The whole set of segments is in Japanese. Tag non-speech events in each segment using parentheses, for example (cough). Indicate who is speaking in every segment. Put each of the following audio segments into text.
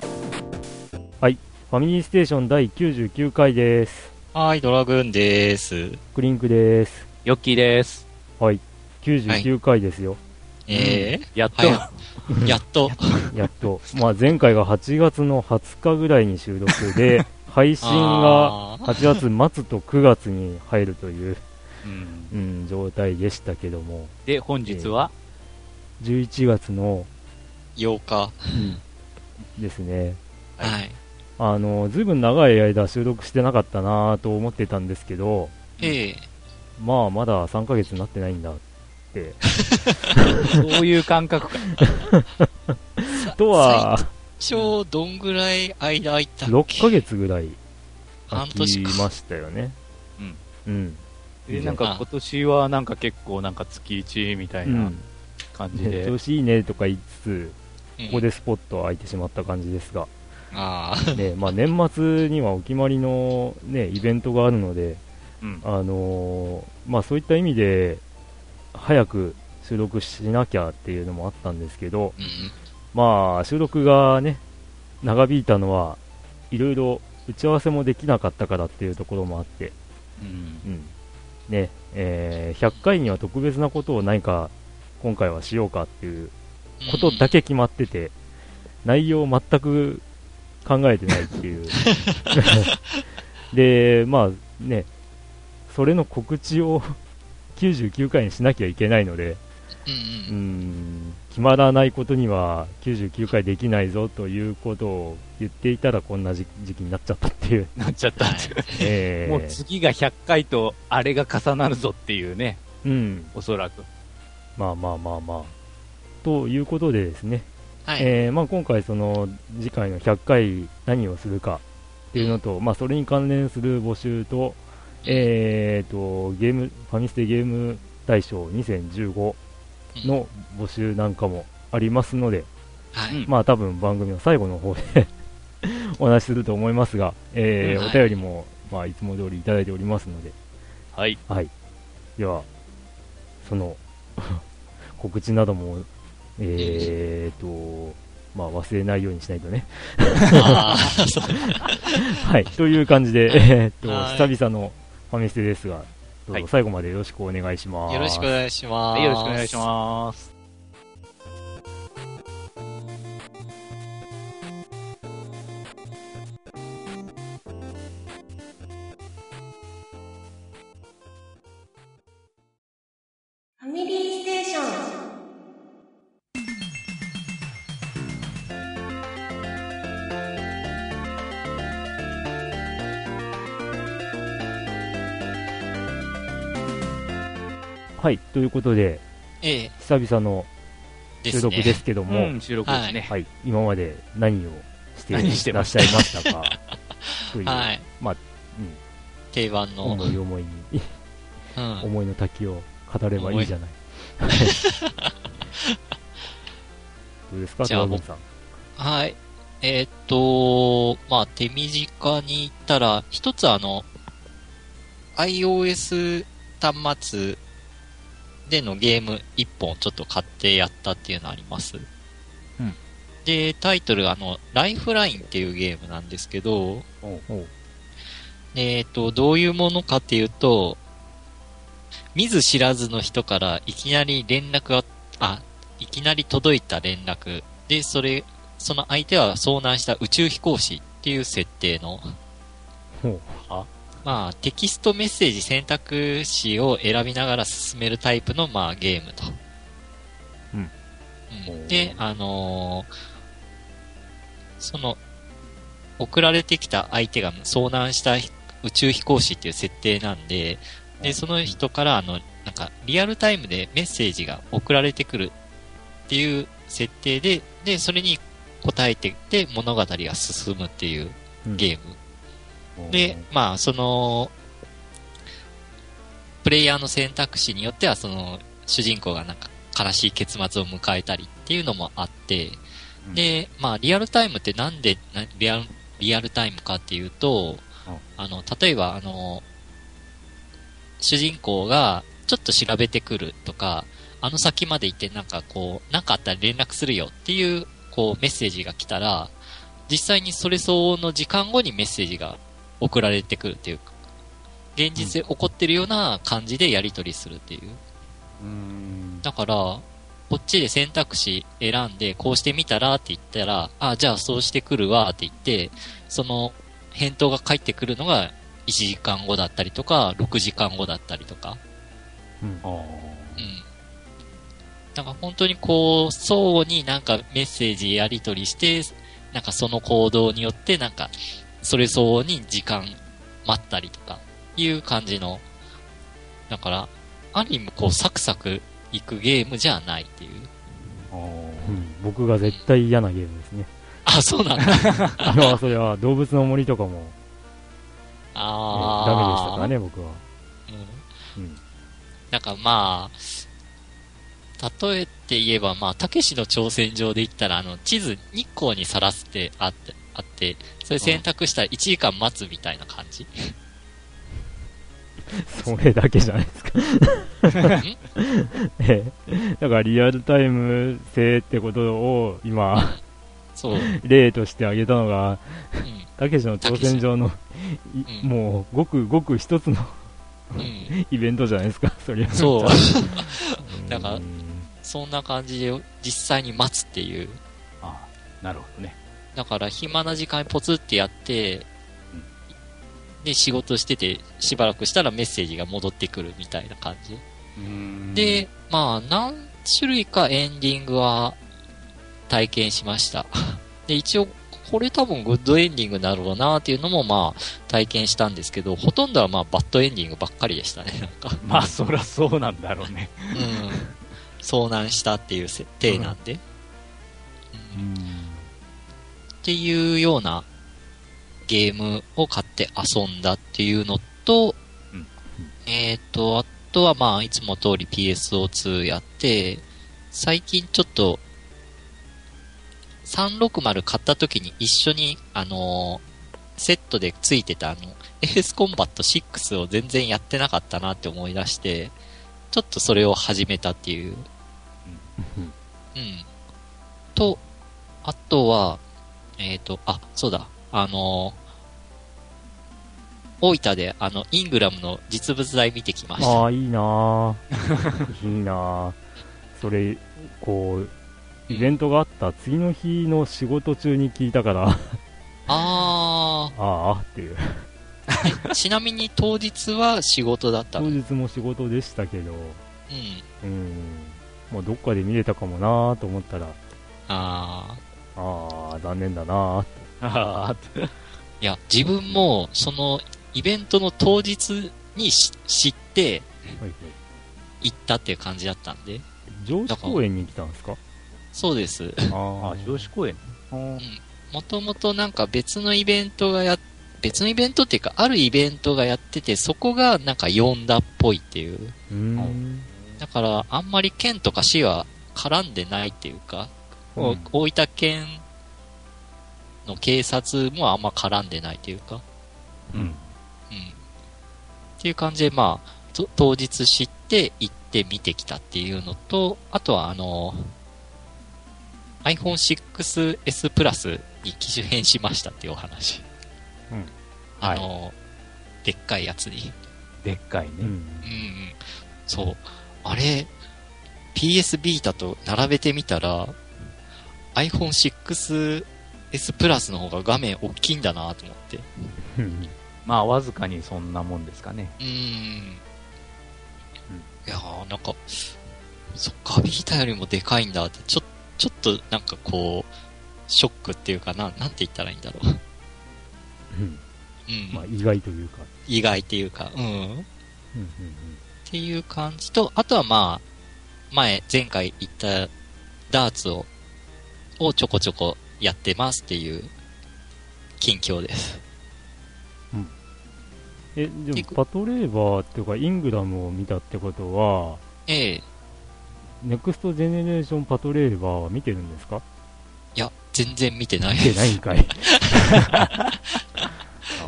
Speaker 1: ファミリーステーション第99回です。
Speaker 2: はい、ドラグーンです。
Speaker 1: クリンクです。
Speaker 3: ヨッキーです。
Speaker 1: はい。99回ですよ。
Speaker 2: ええ
Speaker 3: やっと、
Speaker 2: は
Speaker 3: (laughs)
Speaker 2: やっと。
Speaker 1: やっと。まあ前回が8月の20日ぐらいに収録
Speaker 2: (laughs)
Speaker 1: で、配信が
Speaker 2: あー
Speaker 1: 8月末と9月に入るという、
Speaker 2: うん
Speaker 1: うん、状態でしたけども、
Speaker 3: で、本日は、
Speaker 1: 11月の
Speaker 2: 8日。
Speaker 1: ですね、
Speaker 2: はい。
Speaker 1: あの、ずいぶん長い間収録してなかったなぁと思ってたんですけど、
Speaker 2: ええ
Speaker 1: まあまだ3ヶ月になってないんだって。
Speaker 3: そういう感覚か。
Speaker 1: とは、
Speaker 2: 一応、どんぐらい間空いたっけ
Speaker 1: 6ヶ月ぐらい
Speaker 2: 半
Speaker 1: 空き
Speaker 2: 年か。
Speaker 1: ましたよね。うん。
Speaker 3: で、なんか今年はなんか結構なんか月1みたいな感じ
Speaker 1: ね
Speaker 3: で
Speaker 1: 調。子いいねとか言いつつ、
Speaker 2: うん
Speaker 1: ここでスポット空いてしまった感じ
Speaker 2: (laughs)
Speaker 1: ですが、
Speaker 2: ああ。
Speaker 1: ねまあ、年末にはお決まりの、ね、イベントがあるので、
Speaker 3: うん。
Speaker 1: あのーまあ、そういった意味で早く収録しなきゃっていうのもあったんですけど、
Speaker 2: うん。
Speaker 1: まあ、収録が、ね、長引いたのはいろいろ打ち合わせもできなかったからっていうところもあって、
Speaker 3: うん
Speaker 1: うんねえー100回には特別なことを何か今回はしようかっていうことだけ決まってて、内容を全く考えてないって
Speaker 3: (laughs)
Speaker 1: いう。で、まあね、それの告知を99回にしなきゃいけないので、
Speaker 2: うん。
Speaker 1: う
Speaker 2: うん
Speaker 1: ー
Speaker 2: うん。
Speaker 1: ん、決まらないことには99回できないぞということを言っていたらこんな時時期になっちゃったって
Speaker 3: (laughs)
Speaker 1: いう。
Speaker 3: なっちゃった
Speaker 2: は
Speaker 3: っ
Speaker 2: い
Speaker 3: ていう。
Speaker 1: えー
Speaker 3: もう次が100回と、あれが重なるぞっていうね、
Speaker 1: うん、
Speaker 3: おそらく。
Speaker 1: まあまあまあまあ。ということでですね、
Speaker 2: はい。
Speaker 1: えーまあ、今回、その次回の100回何をするかっていうのと、まあ、それに関連する募集と,、えー、とゲームファミステゲーム大賞2015の募集なんかもありますので、
Speaker 2: はい。
Speaker 3: うん
Speaker 1: まあ、多分番組の最後の方で (laughs) お話しすると思いますが、えー
Speaker 2: うん
Speaker 1: お便りも、まあ、いつも通りいただいておりますので、
Speaker 3: はい。
Speaker 1: はい、では、その (laughs) 告知なども、えー、と、まあ、忘れないようにしないと
Speaker 2: (laughs)
Speaker 1: ね。
Speaker 2: ああ。そう
Speaker 1: はい、という感じで、えーっと、
Speaker 2: はい
Speaker 1: 久々のファミステですが、どう
Speaker 3: はい
Speaker 1: ぞ最後までよろしくお願いします。
Speaker 2: (laughs) よろしくお願いしま
Speaker 3: は
Speaker 2: す。
Speaker 3: い、よろしくお願いします。
Speaker 4: ファミリーステーション。
Speaker 1: はい、ということで、
Speaker 2: ええ
Speaker 1: 久々の
Speaker 2: で
Speaker 1: 収
Speaker 2: す
Speaker 1: 録
Speaker 2: ね。
Speaker 1: ですけども、
Speaker 3: もう収録ですね。
Speaker 1: はい、今まで何をして
Speaker 3: 何して
Speaker 1: いら
Speaker 3: ま
Speaker 1: っ
Speaker 3: し
Speaker 1: しゃいましたか
Speaker 2: (laughs)
Speaker 1: という、
Speaker 2: はい。
Speaker 1: まあ、
Speaker 2: 定番の。
Speaker 1: 思い思いに、
Speaker 2: うん。
Speaker 1: 思いの滝を語ればいいじゃない。 (laughs) どうですか、
Speaker 2: じゃ
Speaker 1: ド
Speaker 2: あ
Speaker 1: ラゴンさん。
Speaker 2: はい。えーっと、まあ、手短に言ったら、一つあの、iOS 端末でのゲーム一本ちょっと買ってやったっていうのあります。
Speaker 3: うん
Speaker 2: で、タイトルがあの、ライフラインっていうゲームなんですけど、
Speaker 1: おう
Speaker 2: えーっと、どういうものかっていうと、見ず知らずの人からいきなり連絡が、あ、いきなり届いた連絡。で、それ、その相手は遭難した宇宙飛行士っていう設定の、
Speaker 1: ほ
Speaker 2: まあ、テキストメッセージ選択肢を選びながら進めるタイプの、まあ、ゲームと。
Speaker 1: うん
Speaker 2: うん。で、あのーその、送られてきた相手が遭難した宇宙飛行士っていう設定なんで、で、その人から、あの、なんか、リアルタイムでメッセージが送られてくるっていう設定で、で、それに答えてって物語が進むっていう
Speaker 1: う
Speaker 2: ゲーム。
Speaker 1: ー
Speaker 2: で、まあ、その、プレイヤーの選択肢によっては、その、主人公がなんか、悲しい結末を迎えたりっていうのもあって
Speaker 3: う、ん
Speaker 2: で、まあ、リアルタイムってなんでなリアルリアルタイムかっていうと
Speaker 3: うん、
Speaker 2: あの、例えば、あの、主人公がちょっと調べてくるとか、あの先まで行ってなんかこう、なんかあったら連絡するよっていう、こう、メッセージが来たら、実際にそれ相応の時間後にメッセージが送られてくるっていうか、現実で起こってるような感じでやり取りするっていう。
Speaker 3: うん。
Speaker 2: だから、こっちで選択肢選んで、こうしてみたらって言ったら、あ、じゃあそうしてくるわって言って、その返答が返ってくるのが1時間後だったりとか、6時間後だったりとか。
Speaker 1: うん
Speaker 3: あー
Speaker 2: うん。だから本当にこう、相互になんかメッセージやり取りして、なんかその行動によってなんか、それ相応に時間待ったりとか、いう感じの、だから、ある意味こう、サクサクいくゲームじゃないっていう。
Speaker 3: あ
Speaker 1: う
Speaker 3: ー
Speaker 1: ん僕が絶対嫌なゲームですね。 (laughs)
Speaker 2: あ、そうなんだ。
Speaker 1: いや、それは動物の森とかも、ね
Speaker 2: あ
Speaker 1: ダメでした
Speaker 2: ー
Speaker 1: からね、僕は。
Speaker 2: う
Speaker 1: うんん。
Speaker 2: なんかまあ、例えて言えば、まあ、たけしの挑戦状で言ったら、あの、地図日光にさらすってあって、あって、それ選択したら1時間待つみたいな感じ。
Speaker 1: それだけじゃない (laughs) ですか。ええだからリアルタイム性ってことを今、 (laughs)
Speaker 2: そう。うん。
Speaker 1: 例として挙げたのが、たけしの挑戦状の、
Speaker 2: う
Speaker 1: い
Speaker 2: ん
Speaker 1: もう、ごくごく一つの (laughs)
Speaker 2: うん。
Speaker 1: イベントじゃないですか、そりゃ。
Speaker 2: そう。
Speaker 1: うん
Speaker 2: だからそんな感じで、実際に待つっていう。
Speaker 3: あーなるほどね。
Speaker 2: だから、暇な時間にポツってやって
Speaker 3: うん、
Speaker 2: で、仕事してて、しばらくしたらメッセージが戻ってくるみたいな感じ。
Speaker 3: うん
Speaker 2: で、、まあ、何種類かエンディングは体験しました。 (laughs) で、一応、これ多分グッドエンディングだろうなっていうのもまあ体験したんですけど、ほとんどはまあバッドエンディングばっかりでしたね、なん (laughs) か。
Speaker 3: まあそりゃそうなんだろうね。
Speaker 2: うん。遭難したっていう設定なんで。うんっていうようなゲームを買って遊んだっていうのと、
Speaker 3: うん
Speaker 2: えっ、と、あとはまあ、いつも通り PSO2 やって、最近ちょっと、360買った時に一緒に、あのーセットでついてたあの、エースコンバット6を全然やってなかったなって思い出して、ちょっとそれを始めたっていう。うん。と、あとは、えっ、と、あ、そうだ、あのー大分で、あの、イングラムの実物大見てきました。
Speaker 1: ああ、いいな
Speaker 3: (laughs)
Speaker 1: ぁ。いいなぁ。それ、こう、イベントがあった次の日の仕事中に聞いたから、あ (laughs) あ
Speaker 2: あ
Speaker 1: っていう。
Speaker 2: ーちなみに当日は仕事だった
Speaker 1: 当
Speaker 2: の。うん。
Speaker 1: 日も仕事でしたけど、うん、もうどっかで見れたかもなぁと思ったら、
Speaker 2: あ
Speaker 1: ああ、残念だなぁって。
Speaker 3: あー
Speaker 2: ーいや、自分も、その、イベントの当日にし知って
Speaker 1: はいはい
Speaker 2: 行ったっていう感じだったんで。
Speaker 1: 上司公園に来たんですか
Speaker 2: そうです。
Speaker 1: あ
Speaker 3: あ、上司公園。
Speaker 2: もともとなんか別のイベントがや、別のイベントっていうか、あるイベントがやってて、そこがなんか呼んだっぽいっていう。
Speaker 1: うーん。
Speaker 2: だから、あんまり県とか市は絡んでないっていうか、お大分県の警察もあんま絡んでないというか、
Speaker 3: うん。
Speaker 2: うん。っていう感じで、まあ、と当日知って行って見てきたっていうのと、あとはあの、iPhone6S プラスに機種変しましたっていうお話。
Speaker 1: うん。
Speaker 2: あ
Speaker 3: はい
Speaker 2: の、でっかいやつに。
Speaker 3: でっかいね。
Speaker 1: うん。
Speaker 2: うんうん。そう。あれ、PS ビータと並べてみたら、iPhone6S プラスの方が画面大きいんだなと思って。
Speaker 1: うん
Speaker 3: まあわずかにそんなもんですかね。
Speaker 2: うん。いやー、なんか、そっか、ビータよりもでかいんだって、ちょ、ちょっとなんかこう、ショックっていうかな、なんて言ったらいいんだろう。
Speaker 1: うん
Speaker 2: うん。
Speaker 1: まあ、意外というか。
Speaker 2: 意外っていうか、うん。
Speaker 1: うんうん
Speaker 2: っていう感じと、あとはまあ、前、前回言ったダーツを、をちょこちょこやってますっていう近況です。
Speaker 1: うんえ、でも、パトレーバーっていうか、イングラムを見たってことは、
Speaker 2: ええ
Speaker 1: ネクストジェネレーションパトレーバーは見てるんですか
Speaker 2: いや、全然見てない
Speaker 1: 見てないんかい。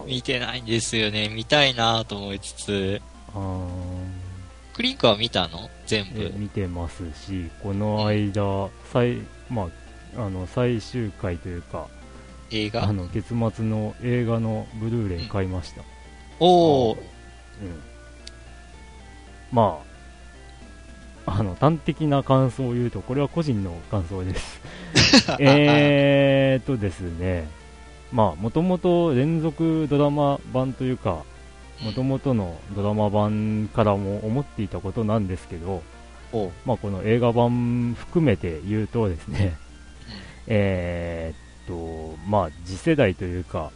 Speaker 2: 見てないんですよね。見たいなと思いつつ。
Speaker 1: あー
Speaker 2: クリンクは見たの全部
Speaker 1: え。見てますし、この間、最、まあ、あの、最終回というか、
Speaker 2: 映
Speaker 1: あ
Speaker 2: 画。
Speaker 1: の、月末の映画のブルーレイ買いました。
Speaker 2: おお、
Speaker 1: うん。まあ、あの、端的な感想を言うと、これは個人の感想です。えーとですね、まあ、もともと連続ドラマ版というか、もともとのドラマ版からも思っていたことなんですけど、
Speaker 2: おう
Speaker 1: まあ、この映画版含めて言うとですね、えーっと、まあ、次世代というか、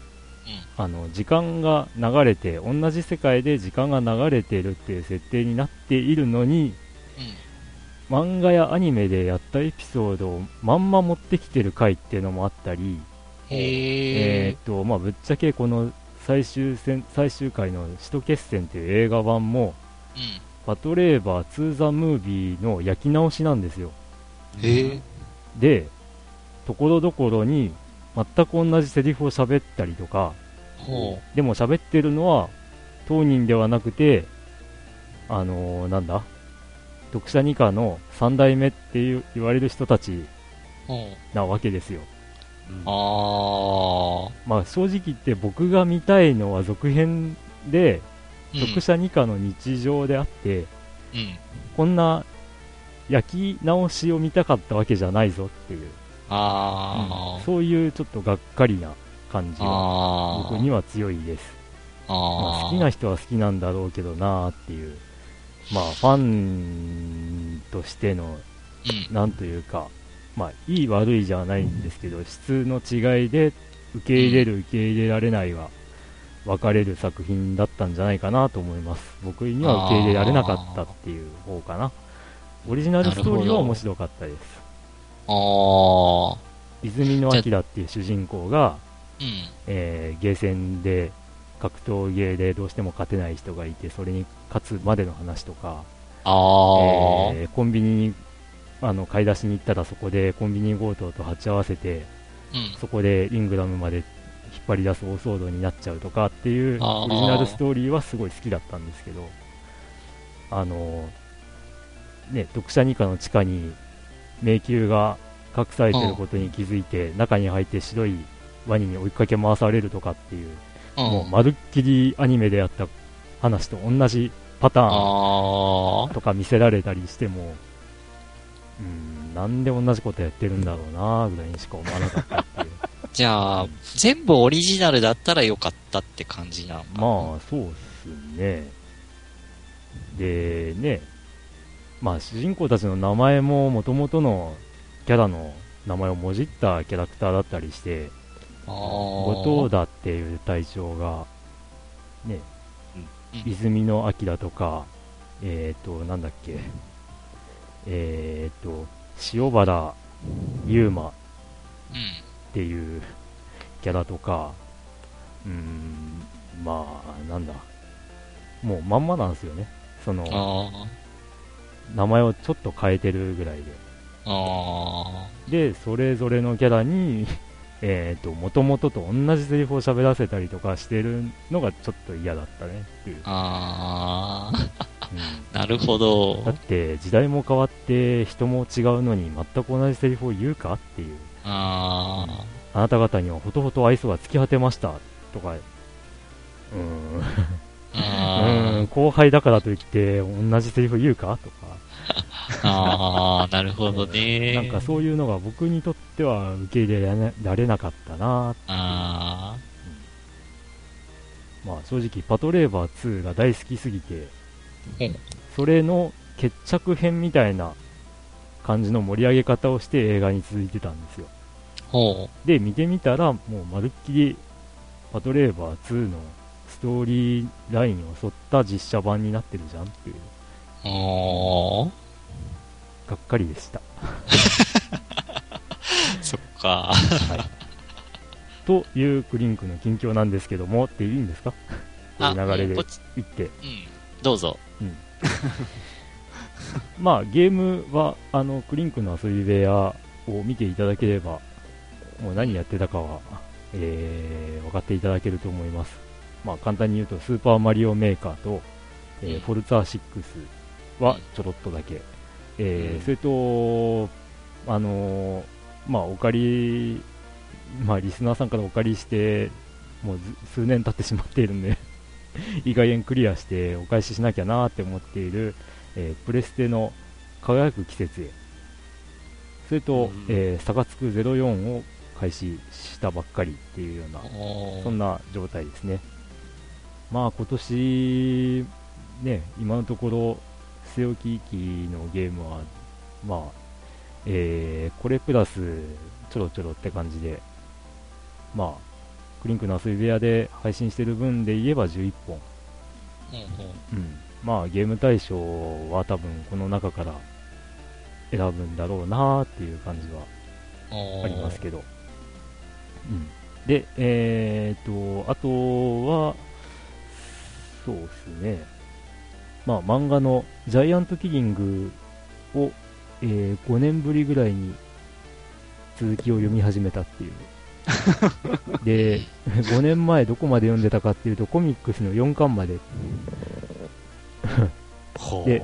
Speaker 1: あの時間が流れて同じ世界で時間が流れてるっていう設定になっているのに
Speaker 2: う
Speaker 1: 漫画やアニメでやったエピソードをまんま持ってきてる回っていうのもあったり、
Speaker 2: ん。
Speaker 1: え
Speaker 2: へ
Speaker 1: ーっとまあ、ぶっちゃけこの最終戦最終回の「首都決戦」っていう映画版も
Speaker 2: ー
Speaker 1: 「パトレーバー2・ザ・ムービー」の焼き直しなんですよ
Speaker 2: うん。へえ。
Speaker 1: でところどころに全く同じセリフを喋ったりとか
Speaker 2: ほ
Speaker 1: でも喋ってるのは当人ではなくて、あのーなんだ、読者二課の三代目っていう言われる人たち
Speaker 2: う。ほう。
Speaker 1: なわけですよ。
Speaker 2: あ
Speaker 1: まあ正直言って僕が見たいのは続編で、
Speaker 2: ー。
Speaker 1: 読者二課の日常であって、
Speaker 2: うん。うん。
Speaker 1: こんな焼き直しを見たかったわけじゃないぞっていう、
Speaker 2: あー。
Speaker 1: そういうちょっとがっかりな感じが
Speaker 2: あー。
Speaker 1: 僕には強いです。まあ、
Speaker 2: あ
Speaker 1: 好
Speaker 2: ー。
Speaker 1: きな人は好きなんだろうけどなーっていう、まあ、ファンとしての、
Speaker 2: うん。
Speaker 1: なんというか、まあ、いい悪いじゃないんですけど、質の違いで受け入れる、受け入れられないは分かれる作品だったんじゃないかなと思います。僕には受け入れられなかったっていう方かな。オリジナルストーリーは面白かったです。
Speaker 2: あー。
Speaker 1: 泉の明っていう主人公が、
Speaker 2: うん。
Speaker 1: えーゲーセンで格闘ゲーでどうしても勝てない人がいてそれに勝つまでの話とか、
Speaker 2: あー。
Speaker 1: えーコンビニにあの買い出しに行ったらそこでコンビニ強盗と鉢合わせて
Speaker 2: うん。
Speaker 1: そこでイングラムまで引っ張り出す大騒動になっちゃうとかっていう
Speaker 2: あー
Speaker 1: オリジナルストーリーはすごい好きだったんですけどあのね読者二課の地下に迷宮が隠されてることに気づいて中に入って白いワニに追いかけ回されるとかっていう
Speaker 2: うん
Speaker 1: もうまるっきりアニメでやった話と同じパター
Speaker 2: あ
Speaker 1: ンとか見せられたりしても、うん、なんで同じことやってるんだろうなぐらいにしか思わなかった
Speaker 2: (laughs)
Speaker 1: っていう。
Speaker 2: ー。じゃあ、全部オリジナルだったらよかったって感じなのかな。
Speaker 1: まあ、そうっすね。で、ね、まあ、主人公たちの名前も元々のキャラの名前をもじったキャラクターだったりして、
Speaker 2: あ
Speaker 1: 後
Speaker 2: ー。
Speaker 1: 藤田っていう隊長が、ね、
Speaker 2: うん
Speaker 1: 泉の明とか、えっ、ー、と、なんだっけ、えっ、ー、と、塩原優馬っ
Speaker 2: うん。
Speaker 1: ていうキャラとか、うーん、まあ、なんだ、もうまんまなんですよね。その、
Speaker 2: あ
Speaker 1: 名前をちょっと変えてるぐらいで。
Speaker 2: あ。あ
Speaker 1: でそれぞれのキャラに (laughs) えーと元々と同じセリフを喋らせたりとかしてるのがちょっと嫌だったねっていう、
Speaker 2: あ。ああ。
Speaker 1: う
Speaker 2: なるほど
Speaker 1: んだ。って時代も変わって人も違うのに全く同じセリフを言うかっていう
Speaker 2: ああ。
Speaker 1: あなた方にはほとほと愛想が尽き果てましたとかうーんうー
Speaker 2: あ
Speaker 1: ん後輩だからといって同じセリフ言うかとか
Speaker 2: ーあー、なるほどね。
Speaker 1: なんかそういうのが僕にとっては受け入れられなられなかったなっていう
Speaker 2: あ
Speaker 1: まあ正直パトレーバー2が大好きすぎて
Speaker 2: うん
Speaker 1: それの決着編みたいな感じの盛り上げ方をして映画に続いてたんですよ
Speaker 2: あ、ほ
Speaker 1: で見てみたらもうまるっきりパトレーバー2のストーリーラインを沿った実写版になってるじゃんっていう
Speaker 2: う。お
Speaker 1: がっかりでした、
Speaker 2: ーそっか。
Speaker 1: はい、というクリンクの近況なんですけどもっていいんですかこういう流れ
Speaker 2: うん
Speaker 1: で
Speaker 2: こっち
Speaker 1: 行って
Speaker 2: うん。どうぞ。
Speaker 1: まあ、ゲームはあのクリンクの遊び部屋を見ていただければもう何やってたかは、えー分かっていただけると思います、まあ、簡単に言うと「スーパーマリオメーカーと」えーフォルツァ6」はちょろっとだけ、えーそれと、あのーまあ、お借り、まあ、リスナーさんからお借りしてもうず数年経ってしまっているんで (laughs) いい加減クリアしてお返ししなきゃなーって思っている、えープレステの「輝く季節へ」それと
Speaker 2: うん
Speaker 1: 「えーサカツク04」を開始したばっかりっていうような
Speaker 2: おー
Speaker 1: そんな状態ですね。まあ今年、ね、今のところ、据え置き機のゲームは、まあ、えーこれプラス、ちょろちょろって感じで、まあ、クリンクの遊び部屋で配信してる分で言えば11本。
Speaker 2: うんうん
Speaker 1: まあゲーム大賞は多分この中から選ぶんだろうなーっていう感じは
Speaker 2: おー
Speaker 1: ありますけど、うん、で、えー、とあとは、そうですね、まあ、漫画の「ジャイアントキリングを」えー5年ぶりぐらいに続きを読み始めた (laughs) っていう。で5年前どこまで読んでたかっていうとコミックスの4巻まで
Speaker 2: ほう
Speaker 1: で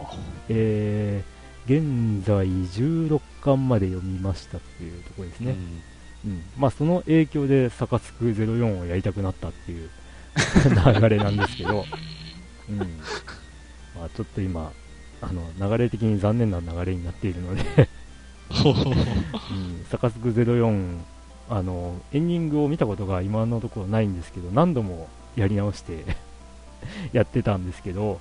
Speaker 1: えー現在16巻まで読みましたっていうところですね、うんまあ、その影響で「サカツク04」をやりたくなったっていう流れなんですけど、うんまあ、ちょっと今あの流れ的に残念な流れになっているので、
Speaker 2: ほうほうほ
Speaker 1: う
Speaker 2: う
Speaker 1: ん「サカツク04」あのエンディングを見たことが今のところないんですけど何度もやり直して (laughs) やってたんですけど、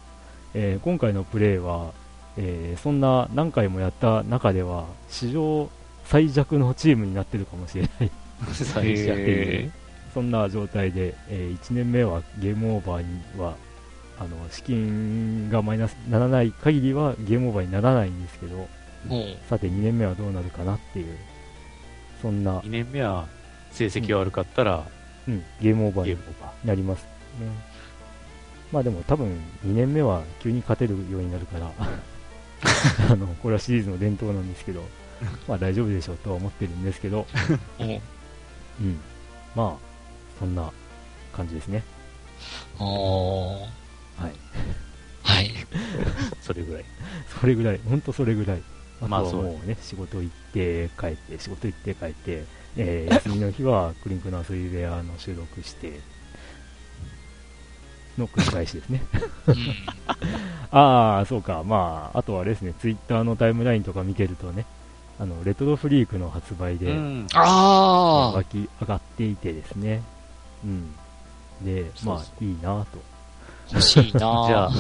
Speaker 1: えー今回のプレイは、えーそんな何回もやった中では史上最弱のチームになってるかもしれない
Speaker 3: (laughs)
Speaker 2: 最初
Speaker 3: へ
Speaker 1: そんな状態で、え1年目はゲームオーバーにはあの資金がマイナスならない限りはゲームオーバーにならないんですけど
Speaker 2: うん
Speaker 1: さて2年目はどうなるかなっていうそんな
Speaker 3: 2、年目は成績悪かったら、
Speaker 1: うん、ゲームオーバー
Speaker 3: ゲー
Speaker 1: に
Speaker 3: ムオーバ
Speaker 1: なりますねまあでも多分2年目は急に勝てるようになるから (laughs) あのこれはシリーズの伝統なんですけ (laughs) どまあ大丈夫でしょうとは思ってるんですけど、
Speaker 2: うん
Speaker 1: うん、まあそんな感じですね
Speaker 2: おー
Speaker 1: はい
Speaker 2: はい。
Speaker 3: ー、それぐらい。
Speaker 1: (laughs) それぐらい、本当それぐらい。あと
Speaker 3: まあ
Speaker 1: はもうね、仕事行って帰って、仕事行って帰って、えー休みの日はクリンクの遊び部屋の収録して、の繰り返しですね。 (laughs)
Speaker 2: うん
Speaker 1: ああ、そうか、まあ、あとはあれですね、ツイッターのタイムラインとか見てるとね、あの、レトロフリークの発売で、
Speaker 3: うん
Speaker 2: あ
Speaker 3: (laughs)
Speaker 1: 湧き上がっていてですね、うん。で、ま
Speaker 3: そう
Speaker 1: あ、いいなと。 (laughs)
Speaker 2: あ、欲しいな
Speaker 3: じゃあ、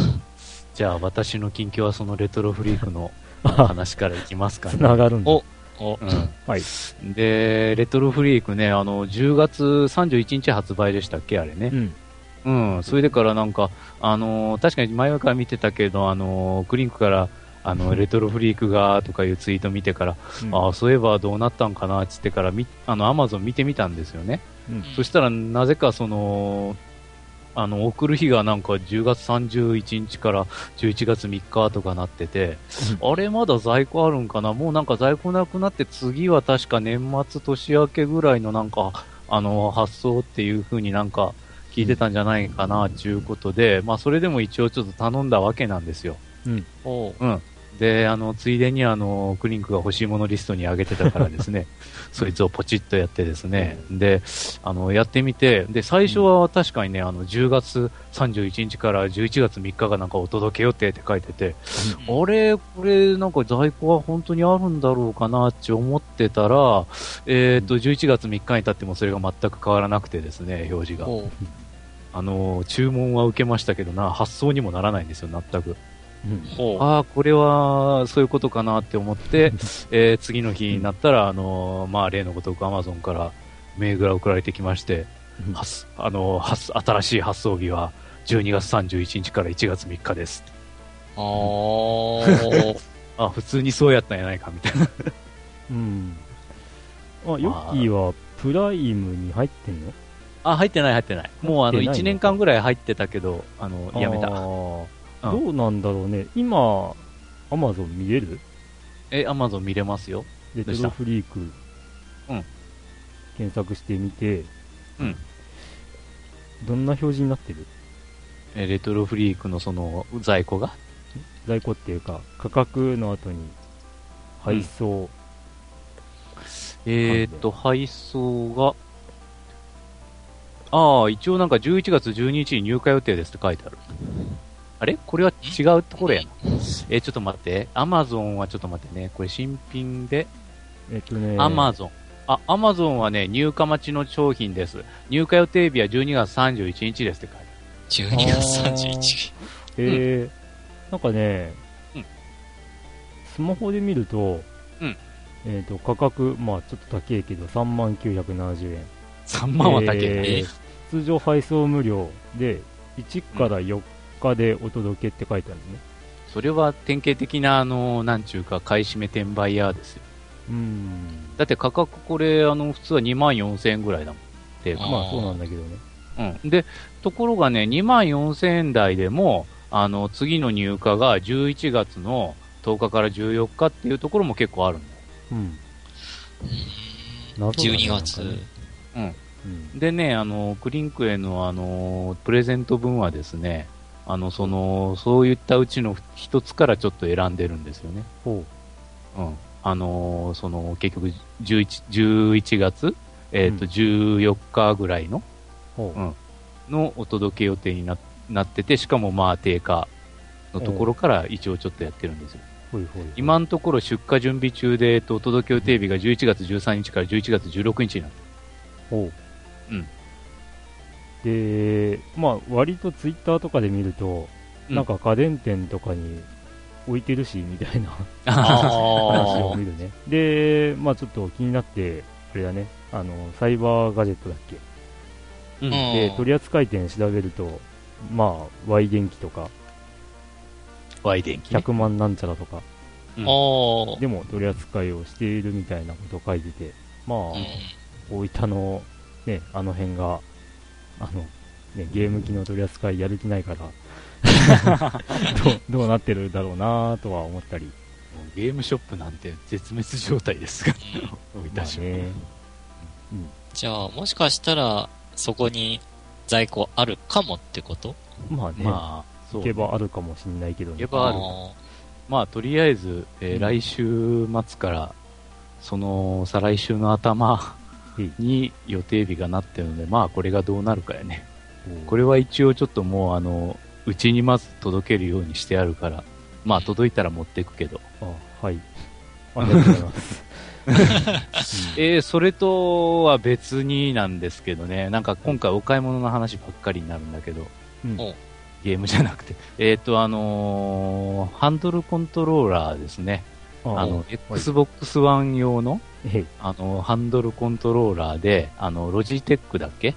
Speaker 3: じゃあ私の近況はそのレトロフリークの
Speaker 1: あ
Speaker 3: 話からいきますか (laughs)
Speaker 1: つ
Speaker 3: ね。
Speaker 1: ながるんだ。
Speaker 2: お、お、
Speaker 3: う
Speaker 1: はい。
Speaker 3: ん、で、レトロフリークね、あの、10月31日発売でしたっけ、あれね
Speaker 1: う。ん。
Speaker 3: うん、それでからなんか、あのー確かに前から見てたけど、あのークリンクから、あのレトロフリークがとかいうツイート見てから、
Speaker 1: うん
Speaker 3: ああ、そういえばどうなったんかなっつってから、みあの、アマゾン見てみたんですよね。
Speaker 1: うん
Speaker 3: そしたら、なぜかその、あの、送る日がなんか10月31日から11月3日とかなってて、あれまだ在庫あるんかなもうなんか在庫なくなって次は確か年末年明けぐらいのなんか、あの、発送っていう風になんか聞いてたんじゃないかな、ちゅうことで、まあそれでも一応ちょっと頼んだわけなんですよ。
Speaker 2: おう
Speaker 3: うん。で、あの、ついでにあの、クリンクが欲しいものリストに上げてたからですね、そいつをポチッとやってですね、で、あの、やってみて、で、最初は確かにね、あの、10月31日から11月3日がなんかお届け予定って書いてて、あれ、これ、なんか在庫は本当にあるんだろうかなって思ってたら、えっ、と、11月3日に経ってもそれが全く変わらなくてですね、表示が。
Speaker 2: おう
Speaker 3: あの、注文は受けましたけどな、発送にもならないんですよ、全く。
Speaker 1: うん
Speaker 2: ほう
Speaker 3: ああ、これはそういうことかなって思 (laughs) って、えー次の日になったら、あのーまあ、例のごとくアマゾンから銘柄送られてきまして、
Speaker 1: うん
Speaker 3: 発あのー発新しい発送日は12月31日から1月3日です。
Speaker 2: あー。
Speaker 3: あ、普通にそうやったんやないかみたいな。
Speaker 1: うん。あ、ヨッキーはプライムに入ってんの
Speaker 3: あ、入ってない入ってない。もうあ
Speaker 1: 入
Speaker 3: の
Speaker 1: ってないの
Speaker 3: 1年間ぐらい入ってたけど、あの、やめ
Speaker 1: あ
Speaker 3: た。
Speaker 1: ー
Speaker 3: うん
Speaker 1: どうなんだろうね。今、アマゾン見れる
Speaker 3: え、アマゾン見れますよ。
Speaker 1: レ
Speaker 3: どう
Speaker 1: ト
Speaker 3: し
Speaker 1: ロ
Speaker 3: た
Speaker 1: フリーク、
Speaker 3: うん
Speaker 1: 検索してみて、
Speaker 3: うん
Speaker 1: どんな表示になってる
Speaker 3: えレトロフリークのその在庫が。
Speaker 1: 在庫っていうか、価格の後に配送、
Speaker 3: えーっと、配送が、ああ、一応なんか11月12日に入荷予定ですって書いてある。あれこれは違うところやな。えーちょっと待って。アマゾンはちょっと待ってね。これ新品で、
Speaker 1: えっとね、
Speaker 3: アマゾン。あ、アマゾンはね、入荷待ちの商品です。入荷予定日は12月31日ですって書いてある。
Speaker 2: 12月31日。
Speaker 1: えーなんかね、
Speaker 3: うん
Speaker 1: スマホで見ると、
Speaker 3: うん
Speaker 1: えー、と価格、まあちょっと高いけど、3万970円。
Speaker 3: 3万は高いな、
Speaker 1: えー通常配送無料で、1から4日でお届けって書いてあるね。
Speaker 3: それは典型的な、あの、なんちゅうか、買い占め転売ヤーですよ。
Speaker 1: うん。
Speaker 3: だって価格これ、あの、普通は2万4000円ぐらいだもん。で
Speaker 2: あー
Speaker 1: まあそうなんだけどね。
Speaker 3: うん。で、ところがね、2万4000円台でも、あの、次の入荷が11月の10日から14日っていうところも結構あるんだよ
Speaker 1: うん。
Speaker 2: うん
Speaker 1: 謎だね
Speaker 2: 12月。
Speaker 1: うん。
Speaker 3: でね、あの、クリンクへの、あの、プレゼント分はですね、あの、その、そういったうちの一つからちょっと選んでるんですよね。
Speaker 1: ほ
Speaker 3: うん。あの、その、結局、11、11月、えっ、と、
Speaker 1: うん
Speaker 3: 14日ぐらいの、
Speaker 1: う。ほう。
Speaker 3: うんのお届け予定にななってて、しかもまあ、定価のところから一応ちょっとやってるんですよ。
Speaker 1: ほいほい。
Speaker 3: 今のところ出荷準備中で、えっと、お届け予定日が11月13日から11月16日になって
Speaker 1: ほう。
Speaker 3: うん。
Speaker 1: で、まあ割とツイッターとかで見ると、
Speaker 3: うん
Speaker 1: なんか家電店とかに置いてるし、みたいな。話を
Speaker 2: あ
Speaker 1: 見るね。で、まあちょっと気になって、あれだね、あの、サイバーガジェットだっけ。
Speaker 3: う
Speaker 2: う
Speaker 3: ん
Speaker 2: ん
Speaker 1: で、取扱店調べると、まあ、Y 電機とか、
Speaker 3: ワイ電気、ね。
Speaker 1: 100万なんちゃらとか、
Speaker 3: うん
Speaker 2: あ。おー
Speaker 1: でも取扱いをしているみたいなことを書いてて、まあ、
Speaker 2: うん
Speaker 1: 大分の、ね、あの辺が、あの、ね、ゲーム機の取扱いやる気ないから、どうどうなってるだろうなとは思ったり、
Speaker 3: もうゲームショップなんて絶滅状態ですから、大
Speaker 1: ま
Speaker 3: 分市
Speaker 1: あ
Speaker 3: は
Speaker 1: ね、
Speaker 2: じゃあ、もしかしたら、そこに在庫あるかもってこと
Speaker 1: まあね、
Speaker 3: まあ、そ
Speaker 1: 行
Speaker 3: う。
Speaker 1: けばあるかもしんないけどね。
Speaker 3: 行けばある
Speaker 2: ー
Speaker 3: まあ、とりあえず、え
Speaker 1: う
Speaker 3: ー
Speaker 1: ん
Speaker 3: 来週末から、その、再来週の頭
Speaker 1: うん
Speaker 3: に予定日がなってるので、まあ、これがどうなるかやね。こ
Speaker 1: れ、
Speaker 3: れは一応ちょっともう、あの、うちにまず届けるようにしてあるから、まあ、届いたら持っていくけど。
Speaker 1: あ、はい。ありがとうございます。
Speaker 3: えーそれとは別になんですけどね、なんか今回お買い物の話ばっかりになるんだけど、
Speaker 1: うん
Speaker 2: お
Speaker 3: ゲームじゃなくて、えっ、と、あのーハンドルコントローラーですね、
Speaker 1: あ
Speaker 3: あの、Xbox One 用の、
Speaker 1: え
Speaker 3: あの、ハンドルコントローラーで、あの、ロジテックだっけ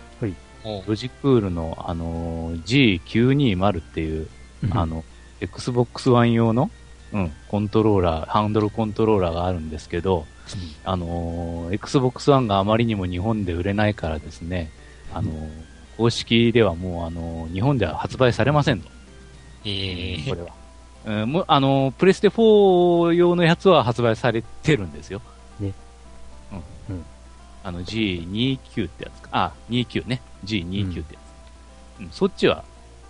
Speaker 2: お
Speaker 3: ロジクールの、あのー G920 っていう、
Speaker 1: え
Speaker 3: あ、の、Xbox One 用の、うん、コントローラー、ハンドルコントローラーがあるんですけど、あのー Xbox One があまりにも日本で売れないからですね、あのー公式ではもう、あのー日本では発売されませんと。
Speaker 2: え
Speaker 3: これは。うん、もうあのープレステ4用のやつは発売されてるんですよ。
Speaker 1: ね。う
Speaker 3: う
Speaker 1: んん。
Speaker 3: あの G29 ってやつか。あ、29ね。G29 ってやつ。うん、そっちは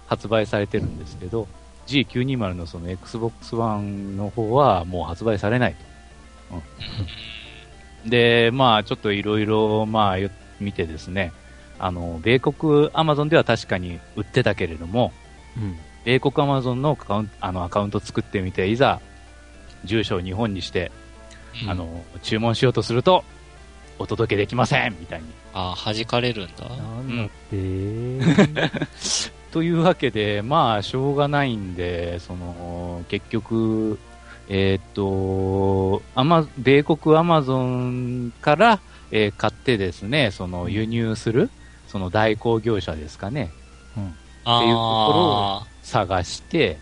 Speaker 3: 発売されてるんですけど、G920 のその Xbox One の方はもう発売されないと。 (laughs) うん。で、まあちょっといろいろ、まあよ見てですね、あの、米国 Amazon では確かに売ってたけれども、
Speaker 1: うん。
Speaker 3: 米国アマゾンのアカウンあのアカウント作ってみて、いざ、住所を日本にして、
Speaker 2: うん
Speaker 3: あの、注文しようとすると、お届けできませんみたいに。
Speaker 2: あー、弾かれるんだ。
Speaker 1: なんだって、
Speaker 3: というわけで、まあ、しょうがないんで、その、結局、えーっと、アマ、米国アマゾンから、えー買ってですね、その、輸入する、その代行業者ですかね、っていうところを
Speaker 2: あ
Speaker 3: 探して、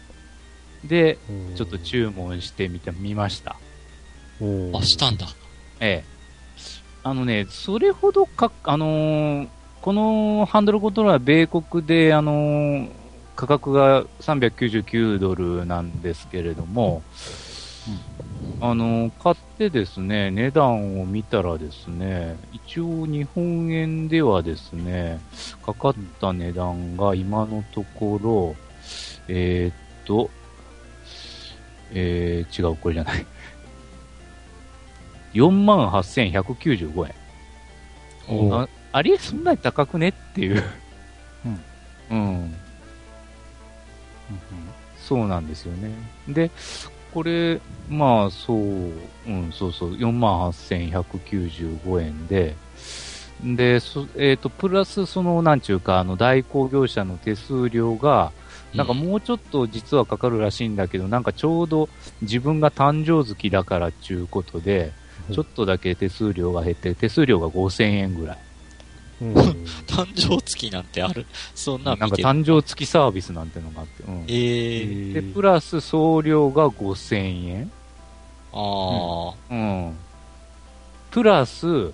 Speaker 3: で、
Speaker 1: うん
Speaker 3: ちょっと注文してみてみました。
Speaker 1: お
Speaker 2: ーあ、したんだ。
Speaker 3: ええ。あのね、それほどか、あのーこのハンドルコントローラー、米国で、あのー価格が399ドルなんですけれども、あの買ってですね値段を見たらですね一応日本円ではですねかかった値段が今のところえーっとえー、違うこれじゃない4万8195円
Speaker 1: お
Speaker 3: ああれそんなに高くねっていう (laughs) うん、そうなんですよね。で、これ、まあ、そう、うん、そうそう、48,195円で、で、そえっ、と、プラス、その、なんちゅうか、あの、代行業者の手数料が、なんかもうちょっと実はかかるらしいんだけど、なんかちょうど自分が誕生月だからっていうことで、
Speaker 1: うん
Speaker 3: ちょっとだけ手数料が減って、手数料が5000円ぐらい。
Speaker 1: うん
Speaker 2: 誕生月なんてある (laughs) そんな
Speaker 3: なん
Speaker 2: ん
Speaker 3: か
Speaker 2: 見てる。
Speaker 3: 誕生月サービスなんてのがあって、うん。
Speaker 2: えー、
Speaker 3: で、プラス送料が5000円。
Speaker 2: あ
Speaker 3: うん。プラス、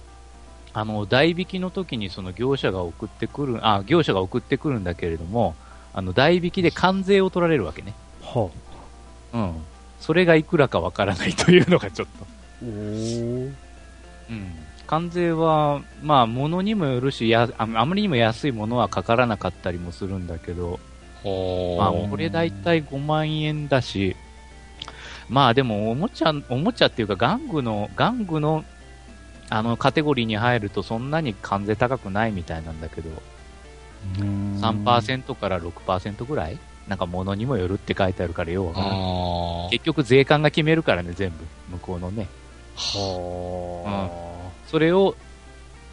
Speaker 3: あの、代引きの時にその業者が送ってくる、あ、業者が送ってくるんだけれども、あの、代引きで関税を取られるわけね。
Speaker 1: は
Speaker 3: うん。それがいくらかわからないというのがちょっと。
Speaker 1: おー
Speaker 3: うん。関税は、まあ、ものにもよるし、や、ああまりにも安いものはかからなかったりもするんだけど、
Speaker 2: あ、お
Speaker 3: まあ、
Speaker 2: ー
Speaker 3: これだいたい5万円だし、まあでも、おもちゃ、おもちゃっていうか、玩具の、玩具の、あの、カテゴリーに入ると、そんなに関税高くないみたいなんだけど、3%から6%ぐらいなんか、物にもよるって書いてあるから、ようわからん
Speaker 2: あー
Speaker 3: 結局、税関が決めるからね、全部。向こうのね。
Speaker 1: は
Speaker 3: それを、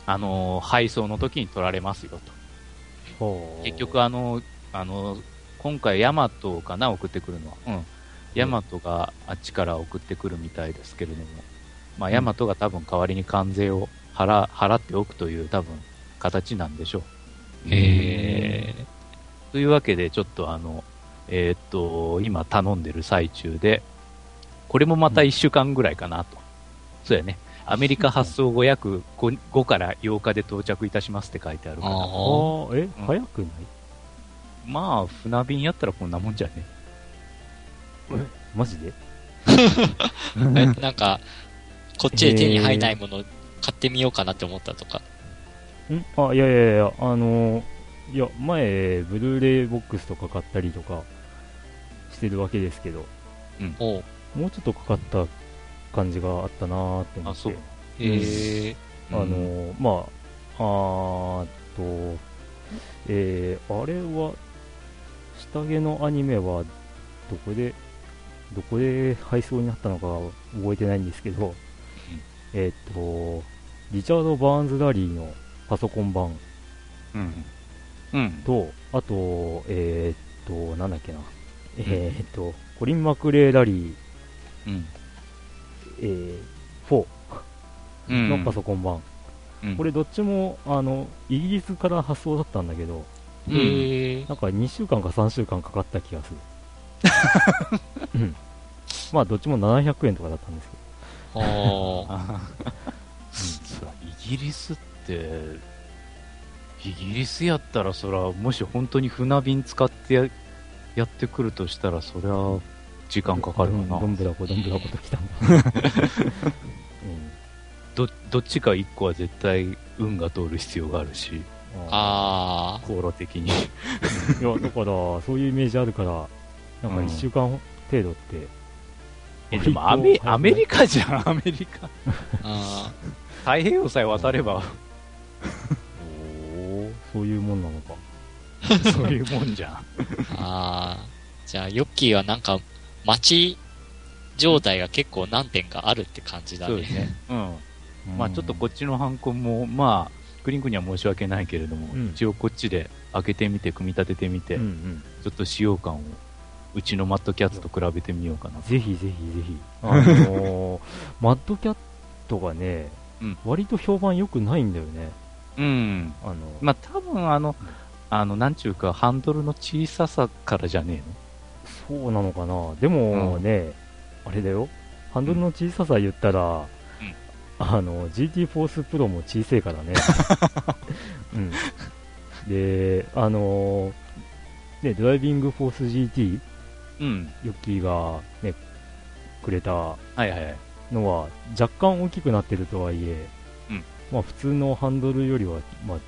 Speaker 3: あのー、配送の時に取られますよ、と。
Speaker 1: あはあ
Speaker 3: 結局あの、あの、今回ヤマトかな、送ってくるのは。うん。ヤマトがあっちから送ってくるみたいですけれども。まあ、ヤマトが多分代わりに関税を払払っておくという多分形なんでしょう。
Speaker 2: えー
Speaker 3: というわけで、ちょっとあの、えーっと、今頼んでる最中で、これもまた1週間ぐらいかなと。そうやね。アメリカ発送後約 5, 5から8日で到着いたしますって書いてあるから。
Speaker 2: あ
Speaker 1: あーえ、早くない
Speaker 3: まあ、船便やったらこんなもんじゃね。
Speaker 1: マジで
Speaker 2: え (laughs) なんか、こっちで手に入らないもの買ってみようかなって思ったとか。
Speaker 1: んあいやいやいやあのーいや前ブルーレイボックスとか買ったりとかしてるわけですけど
Speaker 2: おう
Speaker 1: もうちょっとかかった感じがあったなーって思って
Speaker 3: あそう
Speaker 2: えー、
Speaker 1: あのーまああーっとえー、あれは下着のアニメはどこでどこで配送になったのか覚えてないんですけど、えーっとリチャード・バーンズ・ラリーのパソコン版
Speaker 3: うん。うん。
Speaker 1: と、あと、えーっと、なんだっけな、えーっと、コリン・マクレーラリー、
Speaker 3: うん。
Speaker 1: えー、4
Speaker 3: うん。
Speaker 1: のパソコン版、
Speaker 3: うん
Speaker 1: こ
Speaker 3: (laughs)
Speaker 1: れどっちもあのイギリスから発送だったんだけど、
Speaker 2: え
Speaker 3: うん
Speaker 2: ー、
Speaker 1: なんか2週間か3週間かかった気がす
Speaker 3: (laughs)
Speaker 1: る。うんまあ、どっちも700円とかだったんですけ
Speaker 2: あー
Speaker 3: あーそらイギリスって、イギリスやったら、そら、もし本当に船便使ってややってくるとしたら、そりゃ、時間
Speaker 1: ど、
Speaker 3: かかる
Speaker 1: うん
Speaker 3: わ
Speaker 1: ど
Speaker 3: な。
Speaker 1: んぶらこどんぶらこと来た
Speaker 3: (laughs)
Speaker 1: んだ。うん
Speaker 3: ど、どっちか一個は絶対、運が通る必要があるし、
Speaker 2: あ
Speaker 3: 航路的 (laughs) に。
Speaker 1: いや、だから、そういうイメージあるから、なんか1週間程度って、
Speaker 3: え、でもアメ、アメリ
Speaker 1: カ
Speaker 3: カじゃん、アメリカ。
Speaker 2: ーあ
Speaker 3: 太平洋さえ渡れば、
Speaker 1: そういうもんなのか。
Speaker 3: (laughs) そういうもんじゃん。
Speaker 2: ーあーじゃあ、ヨッキーはなんか、街状態が結構難点があるって感じだ
Speaker 3: そうで
Speaker 2: ね。
Speaker 3: すね。うん。まあちょっとこっちのハンコも、まあ、クリンクには申し訳ないけれども、
Speaker 1: うん
Speaker 3: 一応こっちで開けてみて、組み立ててみて、
Speaker 1: うんう
Speaker 3: ち
Speaker 1: ん
Speaker 3: ょっと使用感を、うちのマットキャッツと比べてみようかなと。
Speaker 1: ぜひぜひぜひ。あのーマッドキャットがね、
Speaker 3: うん
Speaker 1: 割と評判良くないんだよね。
Speaker 3: うん。
Speaker 1: あの
Speaker 3: まあ多分あの、あの、なんちゅうか、ハンドルの小ささからじゃね
Speaker 1: そうなのかな。でもね、あれだよ。ハンドルの小ささ言ったら、あの、GT フォースプロも小さい
Speaker 3: (laughs)
Speaker 1: からね。うん。で、あのーね、ドライビングフォース GT、
Speaker 3: えのうん。
Speaker 1: ヨッキーがね、くれた
Speaker 3: はいはいはい。
Speaker 1: のは若干大きくなってるとはいえ、
Speaker 3: うん
Speaker 1: まあ普通のハンドルよりは、まあ、